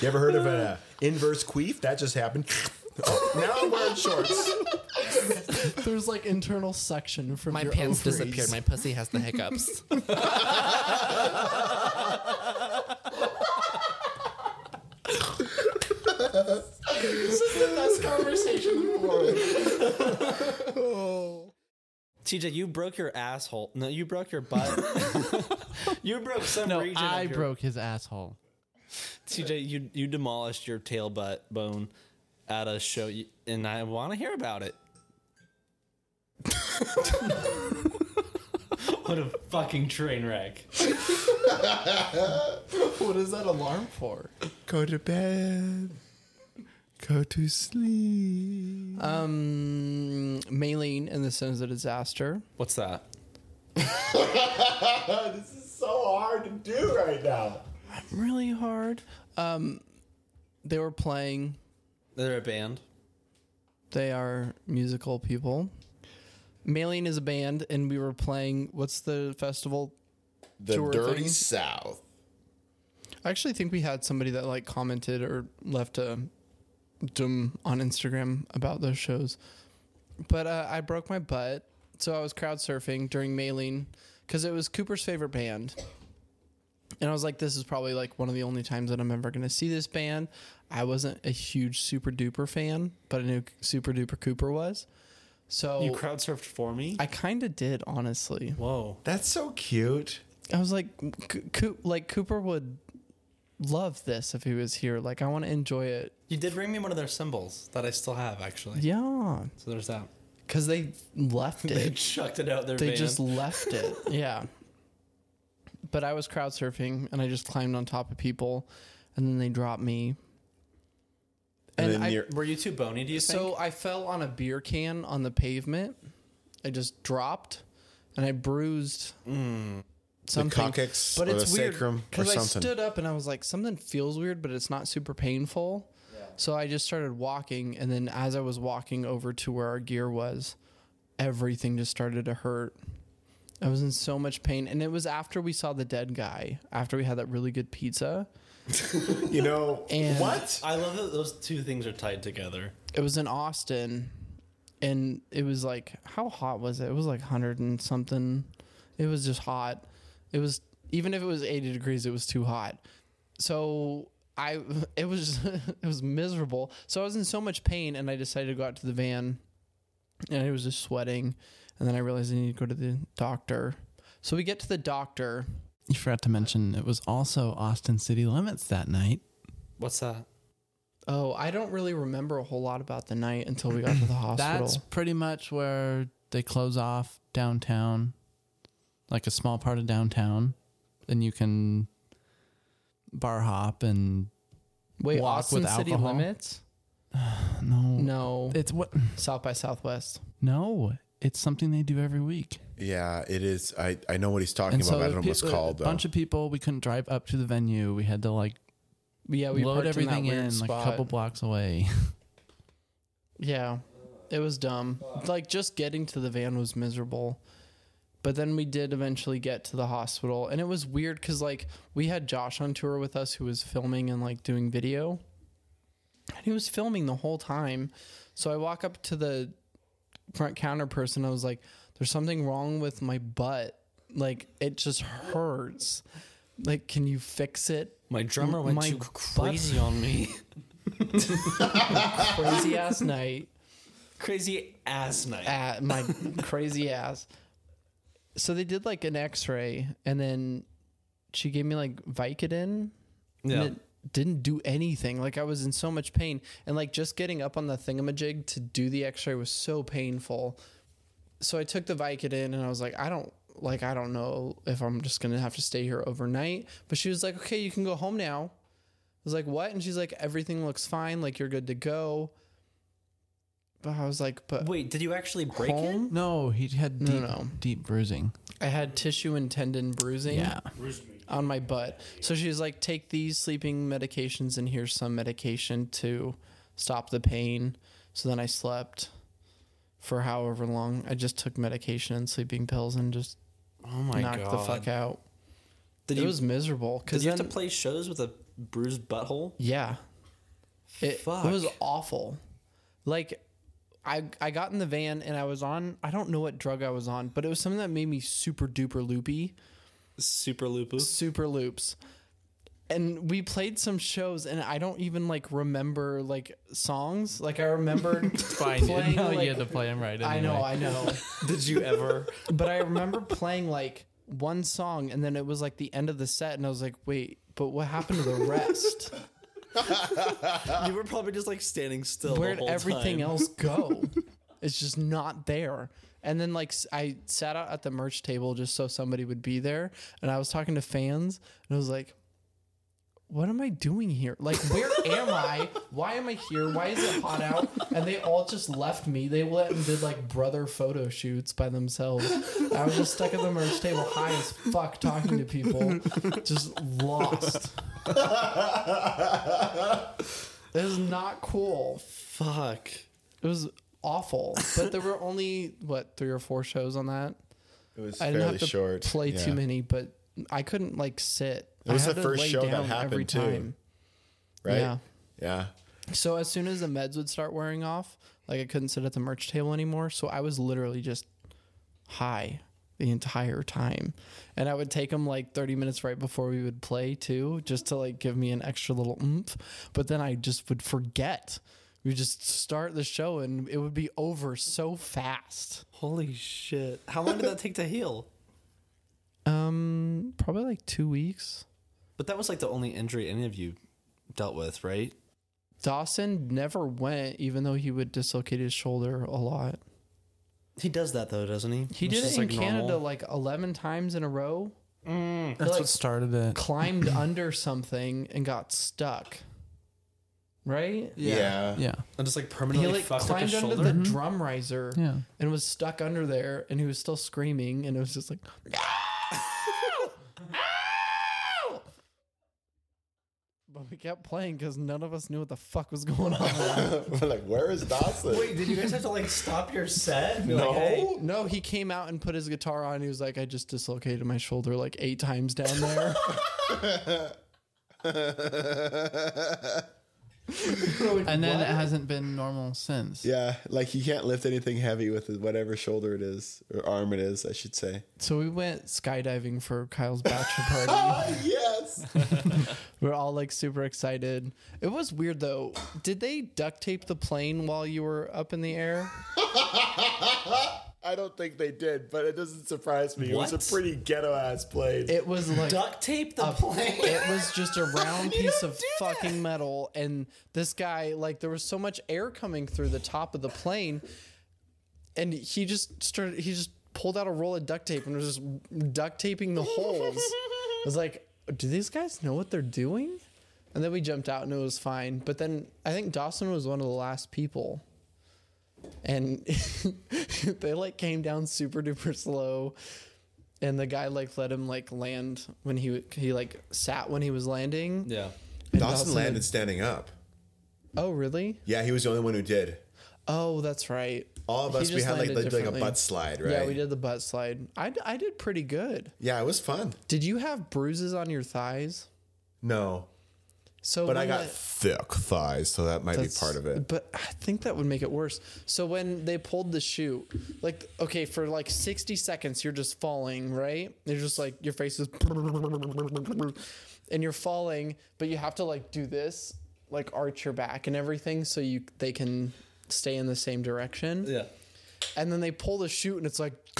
[SPEAKER 2] you ever heard of an inverse queef? That just happened. Oh, now I'm wearing shorts.
[SPEAKER 3] There's like internal suction from
[SPEAKER 4] My
[SPEAKER 3] your
[SPEAKER 4] pants
[SPEAKER 3] ovaries.
[SPEAKER 4] disappeared. My pussy has the hiccups.
[SPEAKER 9] TJ, you broke your asshole. No, you broke your butt. you broke some
[SPEAKER 4] No,
[SPEAKER 9] region. of
[SPEAKER 4] I
[SPEAKER 9] your-
[SPEAKER 4] broke his asshole.
[SPEAKER 9] TJ, you you demolished your tail butt bone at a show, you- and I want to hear about it.
[SPEAKER 8] What a fucking train wreck.
[SPEAKER 3] What is that alarm for?
[SPEAKER 2] Go to bed. Go to sleep.
[SPEAKER 3] Um, Maylene in the Sins of Disaster.
[SPEAKER 9] What's that?
[SPEAKER 2] this is so hard to do right now.
[SPEAKER 3] Really hard. Um, they were playing.
[SPEAKER 9] They're a band.
[SPEAKER 3] They are musical people. Maylene is a band, and we were playing. What's the festival?
[SPEAKER 10] The
[SPEAKER 3] Sure
[SPEAKER 10] Dirty
[SPEAKER 3] thing.
[SPEAKER 10] South.
[SPEAKER 3] I actually think we had somebody that like commented or left a dum on Instagram about those shows. But uh, I broke my butt, so I was crowd surfing during mailing because it was Cooper's favorite band, And I was like, this is probably like one of the only times that I'm ever going to see this band. I wasn't a huge super duper fan, but I knew Super Duper Cooper was. So
[SPEAKER 6] You crowd surfed for me.
[SPEAKER 3] Oh. I kind of did, honestly.
[SPEAKER 6] Whoa.
[SPEAKER 11] That's so cute.
[SPEAKER 3] I was like, C- Coop, like Cooper would love this if he was here. Like, I want to enjoy it.
[SPEAKER 1] You did bring me one of their symbols that I still have, actually.
[SPEAKER 3] Yeah,
[SPEAKER 1] So there's that.
[SPEAKER 3] because they left
[SPEAKER 1] They
[SPEAKER 3] it.
[SPEAKER 1] chucked it out their
[SPEAKER 3] they
[SPEAKER 1] van.
[SPEAKER 3] just left it. Yeah. But I was crowd surfing and I just climbed on top of people, and then they dropped me.
[SPEAKER 11] And, then
[SPEAKER 3] I-
[SPEAKER 11] you're
[SPEAKER 1] Were you too bony? Do you think?
[SPEAKER 3] So I fell on a beer can on the pavement. I just dropped, and I bruised
[SPEAKER 2] The
[SPEAKER 3] something.
[SPEAKER 2] coccyx
[SPEAKER 3] but
[SPEAKER 2] or
[SPEAKER 3] it's
[SPEAKER 2] the
[SPEAKER 3] weird
[SPEAKER 2] sacrum or
[SPEAKER 3] I
[SPEAKER 2] something.
[SPEAKER 3] stood up and I was like, something feels weird, but it's not super painful. So I just started walking, and then as I was walking over to where our gear was, everything just started to hurt. I was in so much pain, and it was after we saw the dead guy. After we had that really good pizza,
[SPEAKER 11] you know
[SPEAKER 3] And-
[SPEAKER 11] what?
[SPEAKER 1] I love that those two things are tied together.
[SPEAKER 3] it was in Austin, and it was like how hot was it? It was like hundred and something. It was just hot. It was even if it was eighty degrees, it was too hot. So I it was it was miserable. So I was in so much pain, and I decided to go out to the van, and I was just sweating, and then I realized I needed to go to the doctor. So we get to the doctor.
[SPEAKER 4] You forgot to mention it was also Austin City Limits that night.
[SPEAKER 1] What's that?
[SPEAKER 3] Oh, I don't really remember a whole lot about the night until we got to the hospital.
[SPEAKER 4] That's pretty much where they close off downtown, like a small part of downtown, and you can bar hop and
[SPEAKER 3] Wait,
[SPEAKER 4] walk
[SPEAKER 3] Austin
[SPEAKER 4] with
[SPEAKER 3] City
[SPEAKER 4] alcohol?
[SPEAKER 3] Limits?
[SPEAKER 4] no,
[SPEAKER 3] No.
[SPEAKER 4] it's what
[SPEAKER 3] South by Southwest.
[SPEAKER 4] no, it's something they do every week.
[SPEAKER 2] Yeah, it is. I, I know what he's talking
[SPEAKER 4] And
[SPEAKER 2] about.
[SPEAKER 4] so
[SPEAKER 2] but I don't know what it's
[SPEAKER 4] people-
[SPEAKER 2] called
[SPEAKER 4] a
[SPEAKER 2] though.
[SPEAKER 4] bunch of people. We couldn't drive up to the venue. We had to like
[SPEAKER 3] Yeah, we
[SPEAKER 4] load
[SPEAKER 3] parked
[SPEAKER 4] everything
[SPEAKER 3] in, that
[SPEAKER 4] in,
[SPEAKER 3] weird
[SPEAKER 4] like
[SPEAKER 3] spot.
[SPEAKER 4] a couple blocks away.
[SPEAKER 3] Yeah, it was dumb. Like just getting to the van was miserable. But then we did eventually get to the hospital, and it was weird because like we had Josh on tour with us who was filming and like doing video, and he was filming the whole time. So I walk up to the front counter person. I was like, "There's something wrong with my butt. Like it just hurts. Like, can you fix it?"
[SPEAKER 1] My drummer went
[SPEAKER 3] My
[SPEAKER 1] too crazy on me.
[SPEAKER 3] Crazy ass night.
[SPEAKER 1] crazy ass night.
[SPEAKER 3] at my crazy ass. So they did like an X-ray, and then she gave me like Vicodin.
[SPEAKER 1] Yeah.
[SPEAKER 3] And it didn't do anything. Like I was in so much pain, and like just getting up on the thingamajig to do the X-ray was so painful. So I took the Vicodin, and I was like, I don't like I don't know if I'm just gonna have to stay here overnight. But she was like, Okay, you can go home now. I was like, What? And she's like, Everything looks fine. Like you're good to go. But I was like, But
[SPEAKER 1] Wait, did you actually break
[SPEAKER 3] home?
[SPEAKER 4] no, he had deep,
[SPEAKER 3] No, no.
[SPEAKER 4] deep bruising.
[SPEAKER 3] I had tissue and tendon bruising
[SPEAKER 4] Yeah,
[SPEAKER 3] on my butt. So she's like, take these sleeping medications and here's some medication to stop the pain. So then I slept for however long. I just took medication and sleeping pills and just
[SPEAKER 1] Oh my
[SPEAKER 3] knocked
[SPEAKER 1] god!
[SPEAKER 3] the fuck out.
[SPEAKER 1] Did
[SPEAKER 3] it
[SPEAKER 1] you,
[SPEAKER 3] was miserable
[SPEAKER 1] did
[SPEAKER 3] because
[SPEAKER 1] you
[SPEAKER 3] then
[SPEAKER 1] have to play shows with a bruised butthole?
[SPEAKER 3] yeah, it, it
[SPEAKER 1] Fuck.
[SPEAKER 3] was awful. Like. I, I got in the van and I was on I don't know what drug I was on, but it was something that made me super duper loopy.
[SPEAKER 1] Super lupus.
[SPEAKER 3] super loops and we played some shows and i don't even like remember like songs like i remembered
[SPEAKER 12] Fine.
[SPEAKER 3] Playing,
[SPEAKER 12] no,
[SPEAKER 3] like-
[SPEAKER 12] you had to play him right. Anyway.
[SPEAKER 3] i know i know
[SPEAKER 1] Did you ever?
[SPEAKER 3] but i remember playing like one song and then it was like the end of the set and i was like wait but what happened to the rest
[SPEAKER 1] you were probably just like standing still. the
[SPEAKER 3] where'd
[SPEAKER 1] whole
[SPEAKER 3] everything
[SPEAKER 1] time.
[SPEAKER 3] else go it's just not there and then like s- i sat out at the merch table just so somebody would be there and i was talking to fans and i was like what am i doing here like where am i why am i here why is it hot out and they all just left me they went and did like brother photo shoots by themselves i was just stuck at the merch table high as fuck talking to people just lost this is not cool
[SPEAKER 1] Fuck.
[SPEAKER 3] it was awful. But there were only what three or four shows on that.
[SPEAKER 2] it was
[SPEAKER 3] I didn't
[SPEAKER 2] fairly
[SPEAKER 3] have to
[SPEAKER 2] short.
[SPEAKER 3] play
[SPEAKER 2] yeah.
[SPEAKER 3] too many, but I couldn't like sit. It
[SPEAKER 2] was the first show that happened, too. Right?
[SPEAKER 3] Yeah.
[SPEAKER 2] Yeah.
[SPEAKER 3] So as soon as the meds would start wearing off, like I couldn't sit at the merch table anymore. So I was literally just high the entire time. And I would take them like 30 minutes right before we would play too, just to like give me an extra little oomph. But then I just would forget. We would just start the show and it would be over so fast.
[SPEAKER 1] Holy shit. How long did that take to heal?
[SPEAKER 3] Um, probably like two weeks.
[SPEAKER 1] But that was like the only injury any of you dealt with, right?
[SPEAKER 3] Dawson never went, even though he would dislocate his shoulder a lot.
[SPEAKER 1] He does that though, doesn't he?
[SPEAKER 3] He did it in Canada like 11 times in a row. He,
[SPEAKER 4] That's
[SPEAKER 3] like,
[SPEAKER 4] what started it.
[SPEAKER 3] climbed under something and got stuck. Right?
[SPEAKER 2] Yeah.
[SPEAKER 4] Yeah.
[SPEAKER 1] And just like
[SPEAKER 3] He
[SPEAKER 1] permanently
[SPEAKER 3] like
[SPEAKER 1] fucked up his
[SPEAKER 3] climbed under
[SPEAKER 1] shoulder.
[SPEAKER 3] the drum riser
[SPEAKER 4] Yeah.
[SPEAKER 3] and was stuck under there and he was still screaming and it was just like "No! No!" But we kept playing because none of us knew what the fuck was going on.
[SPEAKER 2] We're like, where is Dawson?
[SPEAKER 6] Wait, did you guys have to like stop your set? and be
[SPEAKER 2] no.
[SPEAKER 6] Like, hey,
[SPEAKER 3] no, he came out and put his guitar on. He was like, I just dislocated my shoulder like eight times down there.
[SPEAKER 4] And then it hasn't been normal since.
[SPEAKER 2] yeah, like he can't lift anything heavy with his- whatever shoulder it is or arm it is, I should say.
[SPEAKER 3] so we went skydiving for Kyle's bachelor party.
[SPEAKER 2] yes.
[SPEAKER 3] We We're all like super excited. It was weird though. Did they duct tape the plane while you were up in the air?
[SPEAKER 2] I don't think they did, but it doesn't surprise me. It
[SPEAKER 1] What?
[SPEAKER 2] was a pretty ghetto ass plane.
[SPEAKER 3] It was like
[SPEAKER 6] duct tape the plane.
[SPEAKER 3] it was just a round piece of fucking metal and this guy like there was so much air coming through the top of the plane and he just started he just pulled out a roll of duct tape and was just duct taping the holes. I was like, do these guys know what they're doing? And then we jumped out and it was fine. But then I think Dawson was one of the last people. And they like came down super duper slow and the guy like let him like land when he he like sat when he was landing.
[SPEAKER 1] yeah.
[SPEAKER 3] And
[SPEAKER 2] Dawson
[SPEAKER 3] had-
[SPEAKER 2] landed standing up.
[SPEAKER 3] oh, really?
[SPEAKER 2] Yeah, he was the only one who did.
[SPEAKER 3] Oh, that's right.
[SPEAKER 2] All of
[SPEAKER 3] He
[SPEAKER 2] us, we
[SPEAKER 3] just
[SPEAKER 2] had like,
[SPEAKER 3] landed
[SPEAKER 2] like, like a
[SPEAKER 3] differently.
[SPEAKER 2] butt slide, right?
[SPEAKER 3] Yeah, we did the butt slide. I, d- I did pretty good.
[SPEAKER 2] Yeah, it was fun.
[SPEAKER 3] Did you have bruises on your thighs?
[SPEAKER 2] No,
[SPEAKER 3] So
[SPEAKER 2] but I
[SPEAKER 3] when
[SPEAKER 2] got
[SPEAKER 3] that-
[SPEAKER 2] thick thighs, so that might be
[SPEAKER 3] That's-
[SPEAKER 2] part of it.
[SPEAKER 3] But I think that would make it worse. So when they pulled the chute, like okay, for like 60 seconds you're just falling, right? You're just like your face is and you're falling, but you have to like do this, like arch your back and everything so you they can stay in the same direction.
[SPEAKER 1] Yeah.
[SPEAKER 3] And then they pull the chute and it's like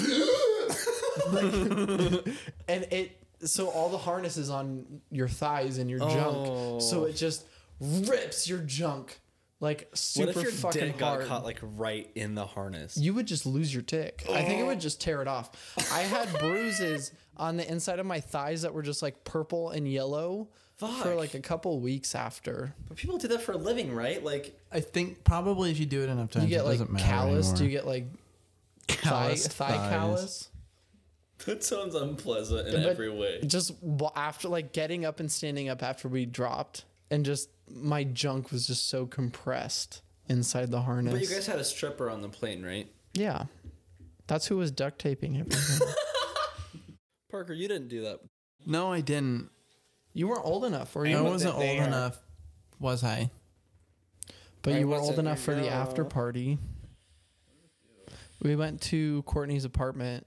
[SPEAKER 3] and it so all the harness is on your thighs and your junk so
[SPEAKER 1] Oh.
[SPEAKER 3] it just rips your junk like
[SPEAKER 1] What
[SPEAKER 3] super
[SPEAKER 1] if your
[SPEAKER 3] fucking
[SPEAKER 1] dick
[SPEAKER 3] hard
[SPEAKER 1] got caught like right in the harness?
[SPEAKER 3] you would just lose your dick i think it would just tear it off i had bruises on the inside of my thighs that were just like purple and yellow for
[SPEAKER 1] Fuck.
[SPEAKER 3] like a couple weeks after
[SPEAKER 1] but people do that for a living, right? Like
[SPEAKER 4] I think probably if you do it enough times,
[SPEAKER 3] you get
[SPEAKER 4] it
[SPEAKER 3] like
[SPEAKER 4] doesn't matter
[SPEAKER 3] calloused
[SPEAKER 4] anymore.
[SPEAKER 3] you get like thigh,
[SPEAKER 4] Calloused
[SPEAKER 3] thigh
[SPEAKER 4] thighs.
[SPEAKER 3] callus
[SPEAKER 1] that sounds unpleasant in
[SPEAKER 3] But
[SPEAKER 1] every way.
[SPEAKER 3] Just wa- after like getting up and standing up after we dropped, and just my junk was just so compressed inside the harness.
[SPEAKER 1] But you guys had a stripper on the plane, right?
[SPEAKER 3] yeah, that's who was duct taping everything.
[SPEAKER 1] Parker, you didn't do that.
[SPEAKER 4] No, I didn't.
[SPEAKER 3] you weren't old enough, were
[SPEAKER 4] I
[SPEAKER 3] you?
[SPEAKER 4] wasn't old enough. Was I?
[SPEAKER 3] But
[SPEAKER 1] I
[SPEAKER 3] you were old
[SPEAKER 1] wasn't,
[SPEAKER 3] enough for the
[SPEAKER 1] no.
[SPEAKER 3] after party. We went to Courtney's apartment.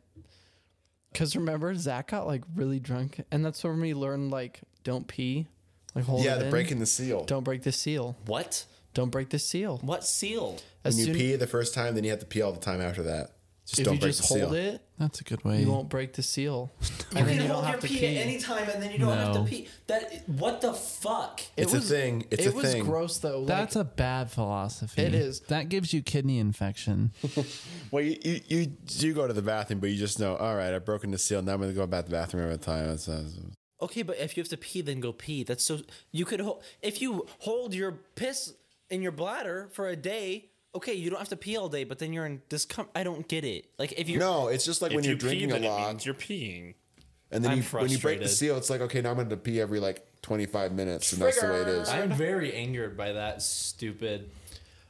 [SPEAKER 3] Cause remember Zach got like really drunk, and that's when we learned like don't pee, like hold
[SPEAKER 2] Yeah,
[SPEAKER 3] it
[SPEAKER 2] the
[SPEAKER 3] in.
[SPEAKER 2] breaking the seal.
[SPEAKER 3] Don't break the seal.
[SPEAKER 1] What?
[SPEAKER 3] Don't break the seal.
[SPEAKER 1] What seal?
[SPEAKER 2] When
[SPEAKER 3] As
[SPEAKER 2] you
[SPEAKER 3] soon-
[SPEAKER 2] pee the first time, then you have to pee all the time after that. Just
[SPEAKER 3] if
[SPEAKER 2] don't
[SPEAKER 3] you
[SPEAKER 2] break
[SPEAKER 3] just
[SPEAKER 2] the seal.
[SPEAKER 3] hold it,
[SPEAKER 4] That's a good way.
[SPEAKER 3] you won't break the seal, and then you don't have to pee.
[SPEAKER 1] time, and then you don't have
[SPEAKER 4] No.
[SPEAKER 1] to pee. That what the fuck?
[SPEAKER 3] It
[SPEAKER 2] It's a thing. It's
[SPEAKER 3] it
[SPEAKER 2] a
[SPEAKER 3] was
[SPEAKER 2] thing.
[SPEAKER 3] gross though.
[SPEAKER 4] That's a bad philosophy.
[SPEAKER 3] It is.
[SPEAKER 4] That gives you kidney infection.
[SPEAKER 2] Well, you, you you do go to the bathroom, but you just know. All right, I've broken the seal. Now I'm going to go back to the bathroom every time. That's, that's,
[SPEAKER 1] Okay, but if you have to pee, then go pee. That's so you could ho- if you hold your piss in your bladder for a day. Okay, you don't have to pee all day, but then you're in discomfort. I don't get it. Like if you
[SPEAKER 2] no, it's just like when you're drinking a lot,
[SPEAKER 5] you're peeing.
[SPEAKER 2] and then
[SPEAKER 5] I'm
[SPEAKER 2] you, when you break the
[SPEAKER 5] frustrated.
[SPEAKER 2] seal, it's like okay, now I'm going to pee every like 25 minutes, and that's the way it is.
[SPEAKER 1] I'm very angered by that stupid.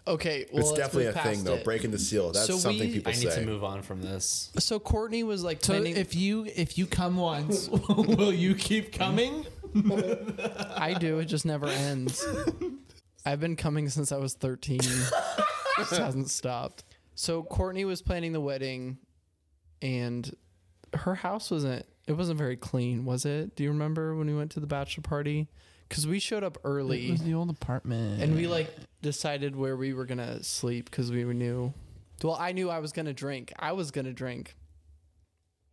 [SPEAKER 3] okay. Well,
[SPEAKER 2] it's
[SPEAKER 3] let's
[SPEAKER 2] definitely a
[SPEAKER 3] move
[SPEAKER 2] thing
[SPEAKER 3] past
[SPEAKER 2] though.
[SPEAKER 3] it.
[SPEAKER 2] Breaking the seal. That's
[SPEAKER 3] So
[SPEAKER 2] something
[SPEAKER 3] we-
[SPEAKER 2] people
[SPEAKER 1] I need
[SPEAKER 2] say.
[SPEAKER 1] to move on from this.
[SPEAKER 3] So Courtney was like
[SPEAKER 4] So
[SPEAKER 3] planning.
[SPEAKER 4] if you if you come once, will you keep coming?
[SPEAKER 3] I do, it just never ends. I've been coming since I was thirteen. just hasn't stopped. So Courtney was planning the wedding, and her house wasn't it wasn't very clean, was it? Do you remember when we went to the bachelor party? Because we showed up early.
[SPEAKER 4] It was the old apartment.
[SPEAKER 3] And we like decided where we were gonna sleep because we knew. Well, I knew I was gonna drink. I was gonna drink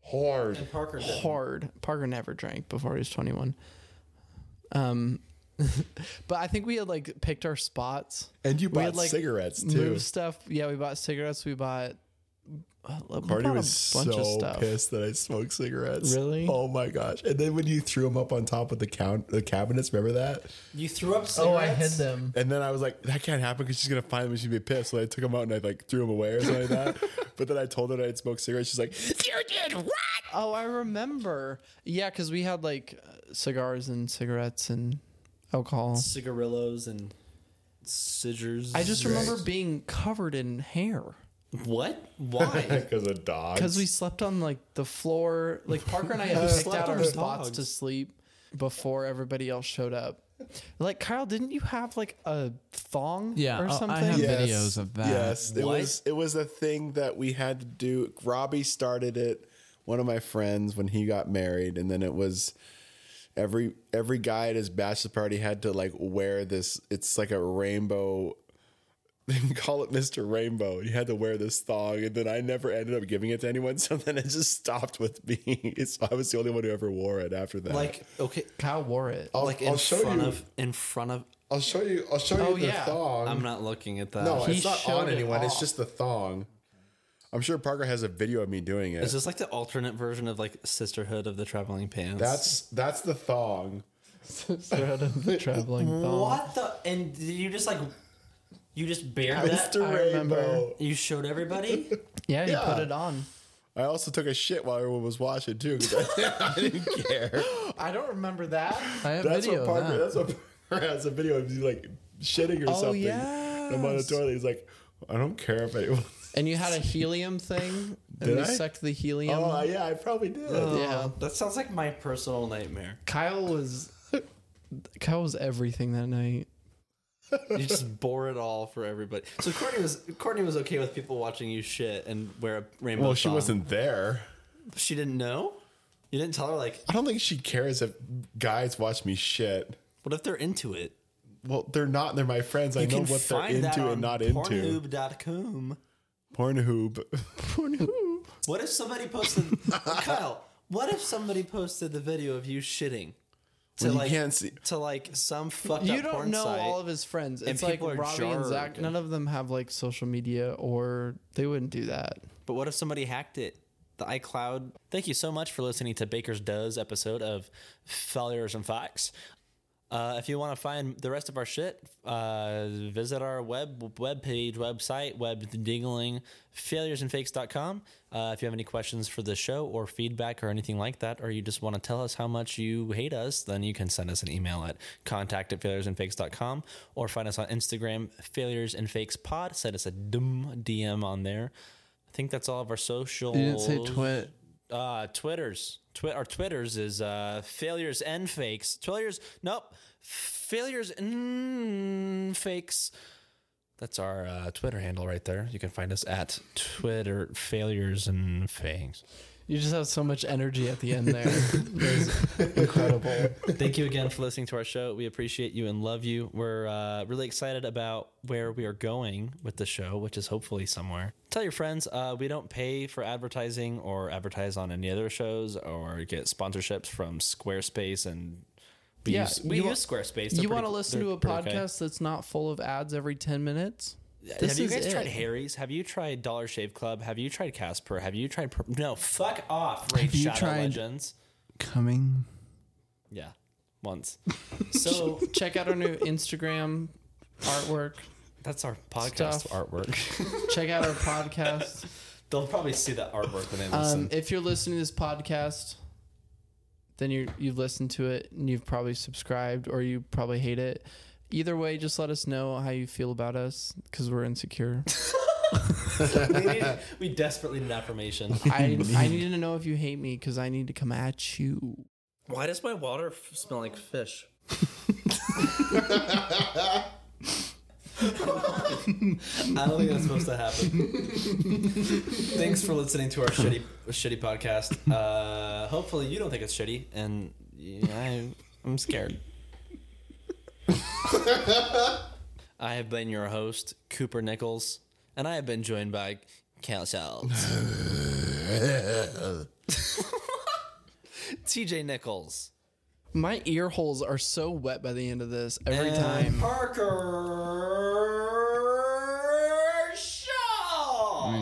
[SPEAKER 13] hard.
[SPEAKER 14] And Parker didn't.
[SPEAKER 3] hard. Parker never drank before he was twenty one. Um, but I think we had like picked our spots.
[SPEAKER 2] And you
[SPEAKER 3] We had,
[SPEAKER 2] bought cigarettes, too.
[SPEAKER 3] moved stuff. Yeah, we bought cigarettes. We bought. uh, we
[SPEAKER 2] Cardi
[SPEAKER 3] bought
[SPEAKER 2] was so pissed that I smoked cigarettes.
[SPEAKER 3] Really?
[SPEAKER 2] Oh my gosh! And then when you threw them up on top of the count, the cabinets, remember that?
[SPEAKER 1] You threw up
[SPEAKER 2] Oh,
[SPEAKER 1] cigarettes.
[SPEAKER 2] I
[SPEAKER 1] hid
[SPEAKER 3] Mm-hmm.
[SPEAKER 4] them.
[SPEAKER 2] And then I was like, that can't happen because she's gonna find them and she'd be pissed. So I took them out and I like threw them away or something like that. But then I told her that I'd smoked cigarettes. She's like, you did what?
[SPEAKER 3] Oh, I remember. Yeah, because we had like uh, cigars and cigarettes and alcohol.
[SPEAKER 14] Cigarillos and scissors.
[SPEAKER 3] I just remember being covered in hair.
[SPEAKER 14] What? Why?
[SPEAKER 2] Because of dogs.
[SPEAKER 3] Because we slept on like the floor. Like Parker and I
[SPEAKER 14] We
[SPEAKER 3] had picked
[SPEAKER 14] slept
[SPEAKER 3] out
[SPEAKER 14] on
[SPEAKER 3] our
[SPEAKER 14] the
[SPEAKER 3] spots
[SPEAKER 14] dogs.
[SPEAKER 3] to sleep before everybody else showed up. Like Kyle, didn't you have like a thong
[SPEAKER 4] Yeah,
[SPEAKER 3] or
[SPEAKER 4] oh, I
[SPEAKER 3] something?
[SPEAKER 4] have videos of that.
[SPEAKER 2] Yes, it
[SPEAKER 6] What?
[SPEAKER 2] was it was a thing that we had to do. Robbie started it. One of my friends when he got married, and then it was every every guy at his bachelor party had to like wear this. It's like a rainbow. They call it Mister Rainbow. You had to wear this thong, and then I never ended up giving it to anyone. So then it just stopped with me. So I was the only one who ever wore it after that.
[SPEAKER 6] Like okay,
[SPEAKER 3] Kyle wore it.
[SPEAKER 1] Oh.
[SPEAKER 2] I'll,
[SPEAKER 6] like in
[SPEAKER 2] I'll show
[SPEAKER 6] front
[SPEAKER 2] you.
[SPEAKER 6] of in front of.
[SPEAKER 2] I'll show you. I'll show
[SPEAKER 3] Oh,
[SPEAKER 2] you the
[SPEAKER 3] yeah.
[SPEAKER 2] thong.
[SPEAKER 6] I'm not looking at that.
[SPEAKER 2] No,
[SPEAKER 3] He
[SPEAKER 2] it's not
[SPEAKER 3] showed
[SPEAKER 2] on
[SPEAKER 3] it
[SPEAKER 2] anyone. It's
[SPEAKER 3] off.
[SPEAKER 2] just the thong. I'm sure Parker has a video of me doing it.
[SPEAKER 6] Is this like the alternate version of like Sisterhood of the Traveling Pants?
[SPEAKER 2] that's that's the thong.
[SPEAKER 3] Sort of the traveling thong.
[SPEAKER 1] What the? And did you just like, you just bare that?
[SPEAKER 2] Mr.
[SPEAKER 3] I remember.
[SPEAKER 2] Rainbow.
[SPEAKER 1] You showed everybody?
[SPEAKER 3] Yeah, he
[SPEAKER 2] Yeah.
[SPEAKER 3] put it on.
[SPEAKER 2] I also took a shit while everyone was watching too. 'cause I, I didn't care.
[SPEAKER 3] I don't remember that.
[SPEAKER 4] I have
[SPEAKER 2] That's
[SPEAKER 4] video
[SPEAKER 2] what Parker.
[SPEAKER 4] of that.
[SPEAKER 2] That's what Parker has a video of you like shitting or
[SPEAKER 3] Oh,
[SPEAKER 2] something. And I'm on the
[SPEAKER 3] yes.
[SPEAKER 2] toilet. He's like, I don't care if anyone.
[SPEAKER 3] And you had a helium thing, and
[SPEAKER 2] Did
[SPEAKER 3] we
[SPEAKER 2] I?
[SPEAKER 3] sucked the helium.
[SPEAKER 2] Oh yeah, I probably did.
[SPEAKER 6] uh,
[SPEAKER 3] yeah,
[SPEAKER 14] That sounds like my personal nightmare.
[SPEAKER 3] Kyle was Kyle was everything that night.
[SPEAKER 6] you just bore it all for everybody. So Courtney was Courtney was okay with people watching you shit and wear a rainbow.
[SPEAKER 2] well, she
[SPEAKER 6] thong.
[SPEAKER 2] wasn't there.
[SPEAKER 6] She didn't know. You didn't tell her like.
[SPEAKER 2] I don't think she cares if guys watch me shit.
[SPEAKER 6] What if they're into it?
[SPEAKER 2] Well, they're not. They're my friends. I
[SPEAKER 6] You
[SPEAKER 2] know
[SPEAKER 6] can
[SPEAKER 2] what they're
[SPEAKER 6] find that
[SPEAKER 2] into
[SPEAKER 6] on
[SPEAKER 2] and not into.
[SPEAKER 6] Pornhub.com.
[SPEAKER 2] Pornhub.
[SPEAKER 6] What if somebody posted Kyle? What if somebody posted the video of you shitting to
[SPEAKER 2] Well, you
[SPEAKER 6] like
[SPEAKER 2] can't see-
[SPEAKER 6] to like some fucked
[SPEAKER 3] you
[SPEAKER 6] up
[SPEAKER 3] don't
[SPEAKER 6] porn
[SPEAKER 3] know
[SPEAKER 6] site?
[SPEAKER 3] all of his friends. It's like
[SPEAKER 6] people are
[SPEAKER 3] Robbie and Zach.
[SPEAKER 6] jarred.
[SPEAKER 3] None of them have like social media, or they wouldn't do that.
[SPEAKER 6] But what if somebody hacked it? The iCloud. Thank you so much for listening to Baker's Does episode of Failures and Facts. Uh, if you want to find the rest of our shit, uh, visit our web web page, website, web dingling, failuresandfakes.com. Uh, if you have any questions for the show or feedback or anything like that, or you just want to tell us how much you hate us, then you can send us an email at contact at failuresandfakes.com or find us on Instagram, failures and fakes pod. Send us a dum DM on there. I think that's all of our social.
[SPEAKER 4] You didn't say twit.
[SPEAKER 6] Uh, Twitter's twi- our Twitter's is uh, failures and fakes. Failures, nope, failures and fakes. That's our uh, Twitter handle right there. You can find us at Twitter failures and fakes.
[SPEAKER 3] You just have so much energy at the end there. It was incredible.
[SPEAKER 6] Thank you again for listening to our show. We appreciate you and love you. We're uh, really excited about where we are going with the show, which is hopefully somewhere. Tell your friends uh, we don't pay for advertising or advertise on any other shows or get sponsorships from Squarespace and we
[SPEAKER 3] Yeah,
[SPEAKER 6] use, we
[SPEAKER 3] you wa-
[SPEAKER 6] use Squarespace. They're
[SPEAKER 3] you want to
[SPEAKER 6] pretty cool-
[SPEAKER 3] listen to
[SPEAKER 6] they're
[SPEAKER 3] a
[SPEAKER 6] pretty okay.
[SPEAKER 3] podcast that's not full of ads every ten minutes? This
[SPEAKER 6] Have you
[SPEAKER 3] is
[SPEAKER 6] guys
[SPEAKER 3] it.
[SPEAKER 6] tried Harry's? Have you tried Dollar Shave Club? Have you tried Casper? Have you tried Pur- No, fuck off, Raid
[SPEAKER 4] Have you
[SPEAKER 6] Shadow
[SPEAKER 4] tried-
[SPEAKER 6] Legends.
[SPEAKER 4] Coming.
[SPEAKER 6] Yeah. Once. So
[SPEAKER 3] Check out our new Instagram artwork.
[SPEAKER 6] that's our podcast
[SPEAKER 3] Stuff.
[SPEAKER 6] artwork.
[SPEAKER 3] Check out our podcast.
[SPEAKER 6] They'll probably see the artwork when they listen.
[SPEAKER 3] Um, if you're listening to this podcast, then you you've listened to it and you've probably subscribed or you probably hate it. Either way, just let us know how you feel about us because we're insecure.
[SPEAKER 6] we, need- we desperately need affirmation.
[SPEAKER 3] I I need to know if you hate me because I need to come at you.
[SPEAKER 6] Why does my water f- smell like fish? I don't think that's supposed to happen. Thanks for listening to our shitty shitty podcast. Uh, hopefully, you don't think it's shitty, and yeah, I, I'm scared. I have been your host, Cooper Nichols, and I have been joined by Cal Schultz. TJ Nichols.
[SPEAKER 3] My ear holes are so wet by the end of this every
[SPEAKER 6] And
[SPEAKER 3] time.
[SPEAKER 6] Parker Shaw.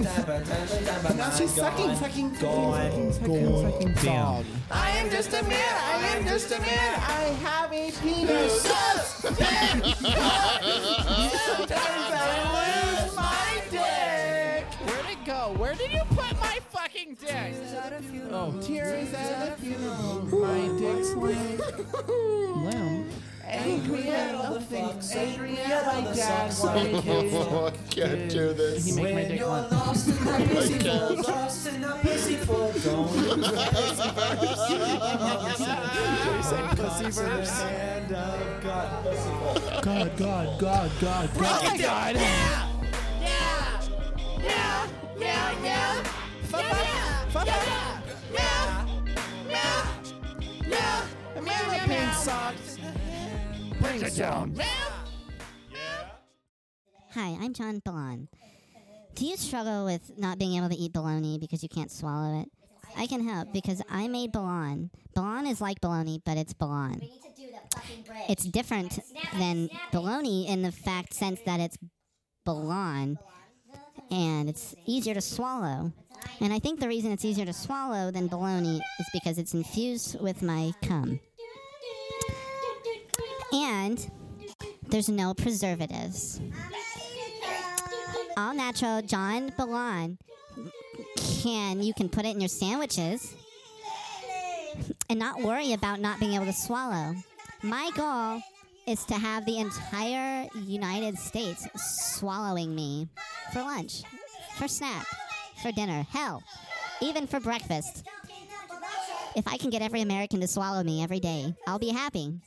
[SPEAKER 5] Now she's sucking, sucking,
[SPEAKER 6] Gone.
[SPEAKER 5] sucking,
[SPEAKER 4] Damn.
[SPEAKER 5] I am just a man. I am just a man. I have a penis. Sometimes I lose my dick.
[SPEAKER 3] Where'd it go? Where did you put my fucking dick?
[SPEAKER 5] Oh, tears at a funeral. My dick's limp.
[SPEAKER 4] Lamb.
[SPEAKER 5] Angry at all the things. Angry at my dad. Why did you
[SPEAKER 2] I can't do this.
[SPEAKER 4] He make my dick limp.
[SPEAKER 5] Lost in the pussy bowl, lost in the pussy bowl. Don't
[SPEAKER 15] Pussy verse. And I've got pussy
[SPEAKER 4] God, God, God, God, God.
[SPEAKER 5] Oh God. Yeah. Yeah. Yeah. Yeah. Yeah. Fuck yeah. Fuck yeah. Yeah. Yeah. Yeah. Meow, meow, meow. Socks. Bring it down. Meow.
[SPEAKER 16] Hi, I'm John Ballon. Do you struggle with not being able to eat bologna because you can't swallow it? I can help because I made bologna. Bologna is like bologna, but it's bologna. It's different than bologna in the fact sense that it's bologna and it's easier to swallow. And I think the reason it's easier to swallow than bologna is because it's infused with my cum. And there's no preservatives. All natural John Balon can you can put it in your sandwiches and not worry about not being able to swallow. My goal is to have the entire United States swallowing me for lunch, for snack, for dinner, hell, even for breakfast. If I can get every American to swallow me every day, I'll be happy.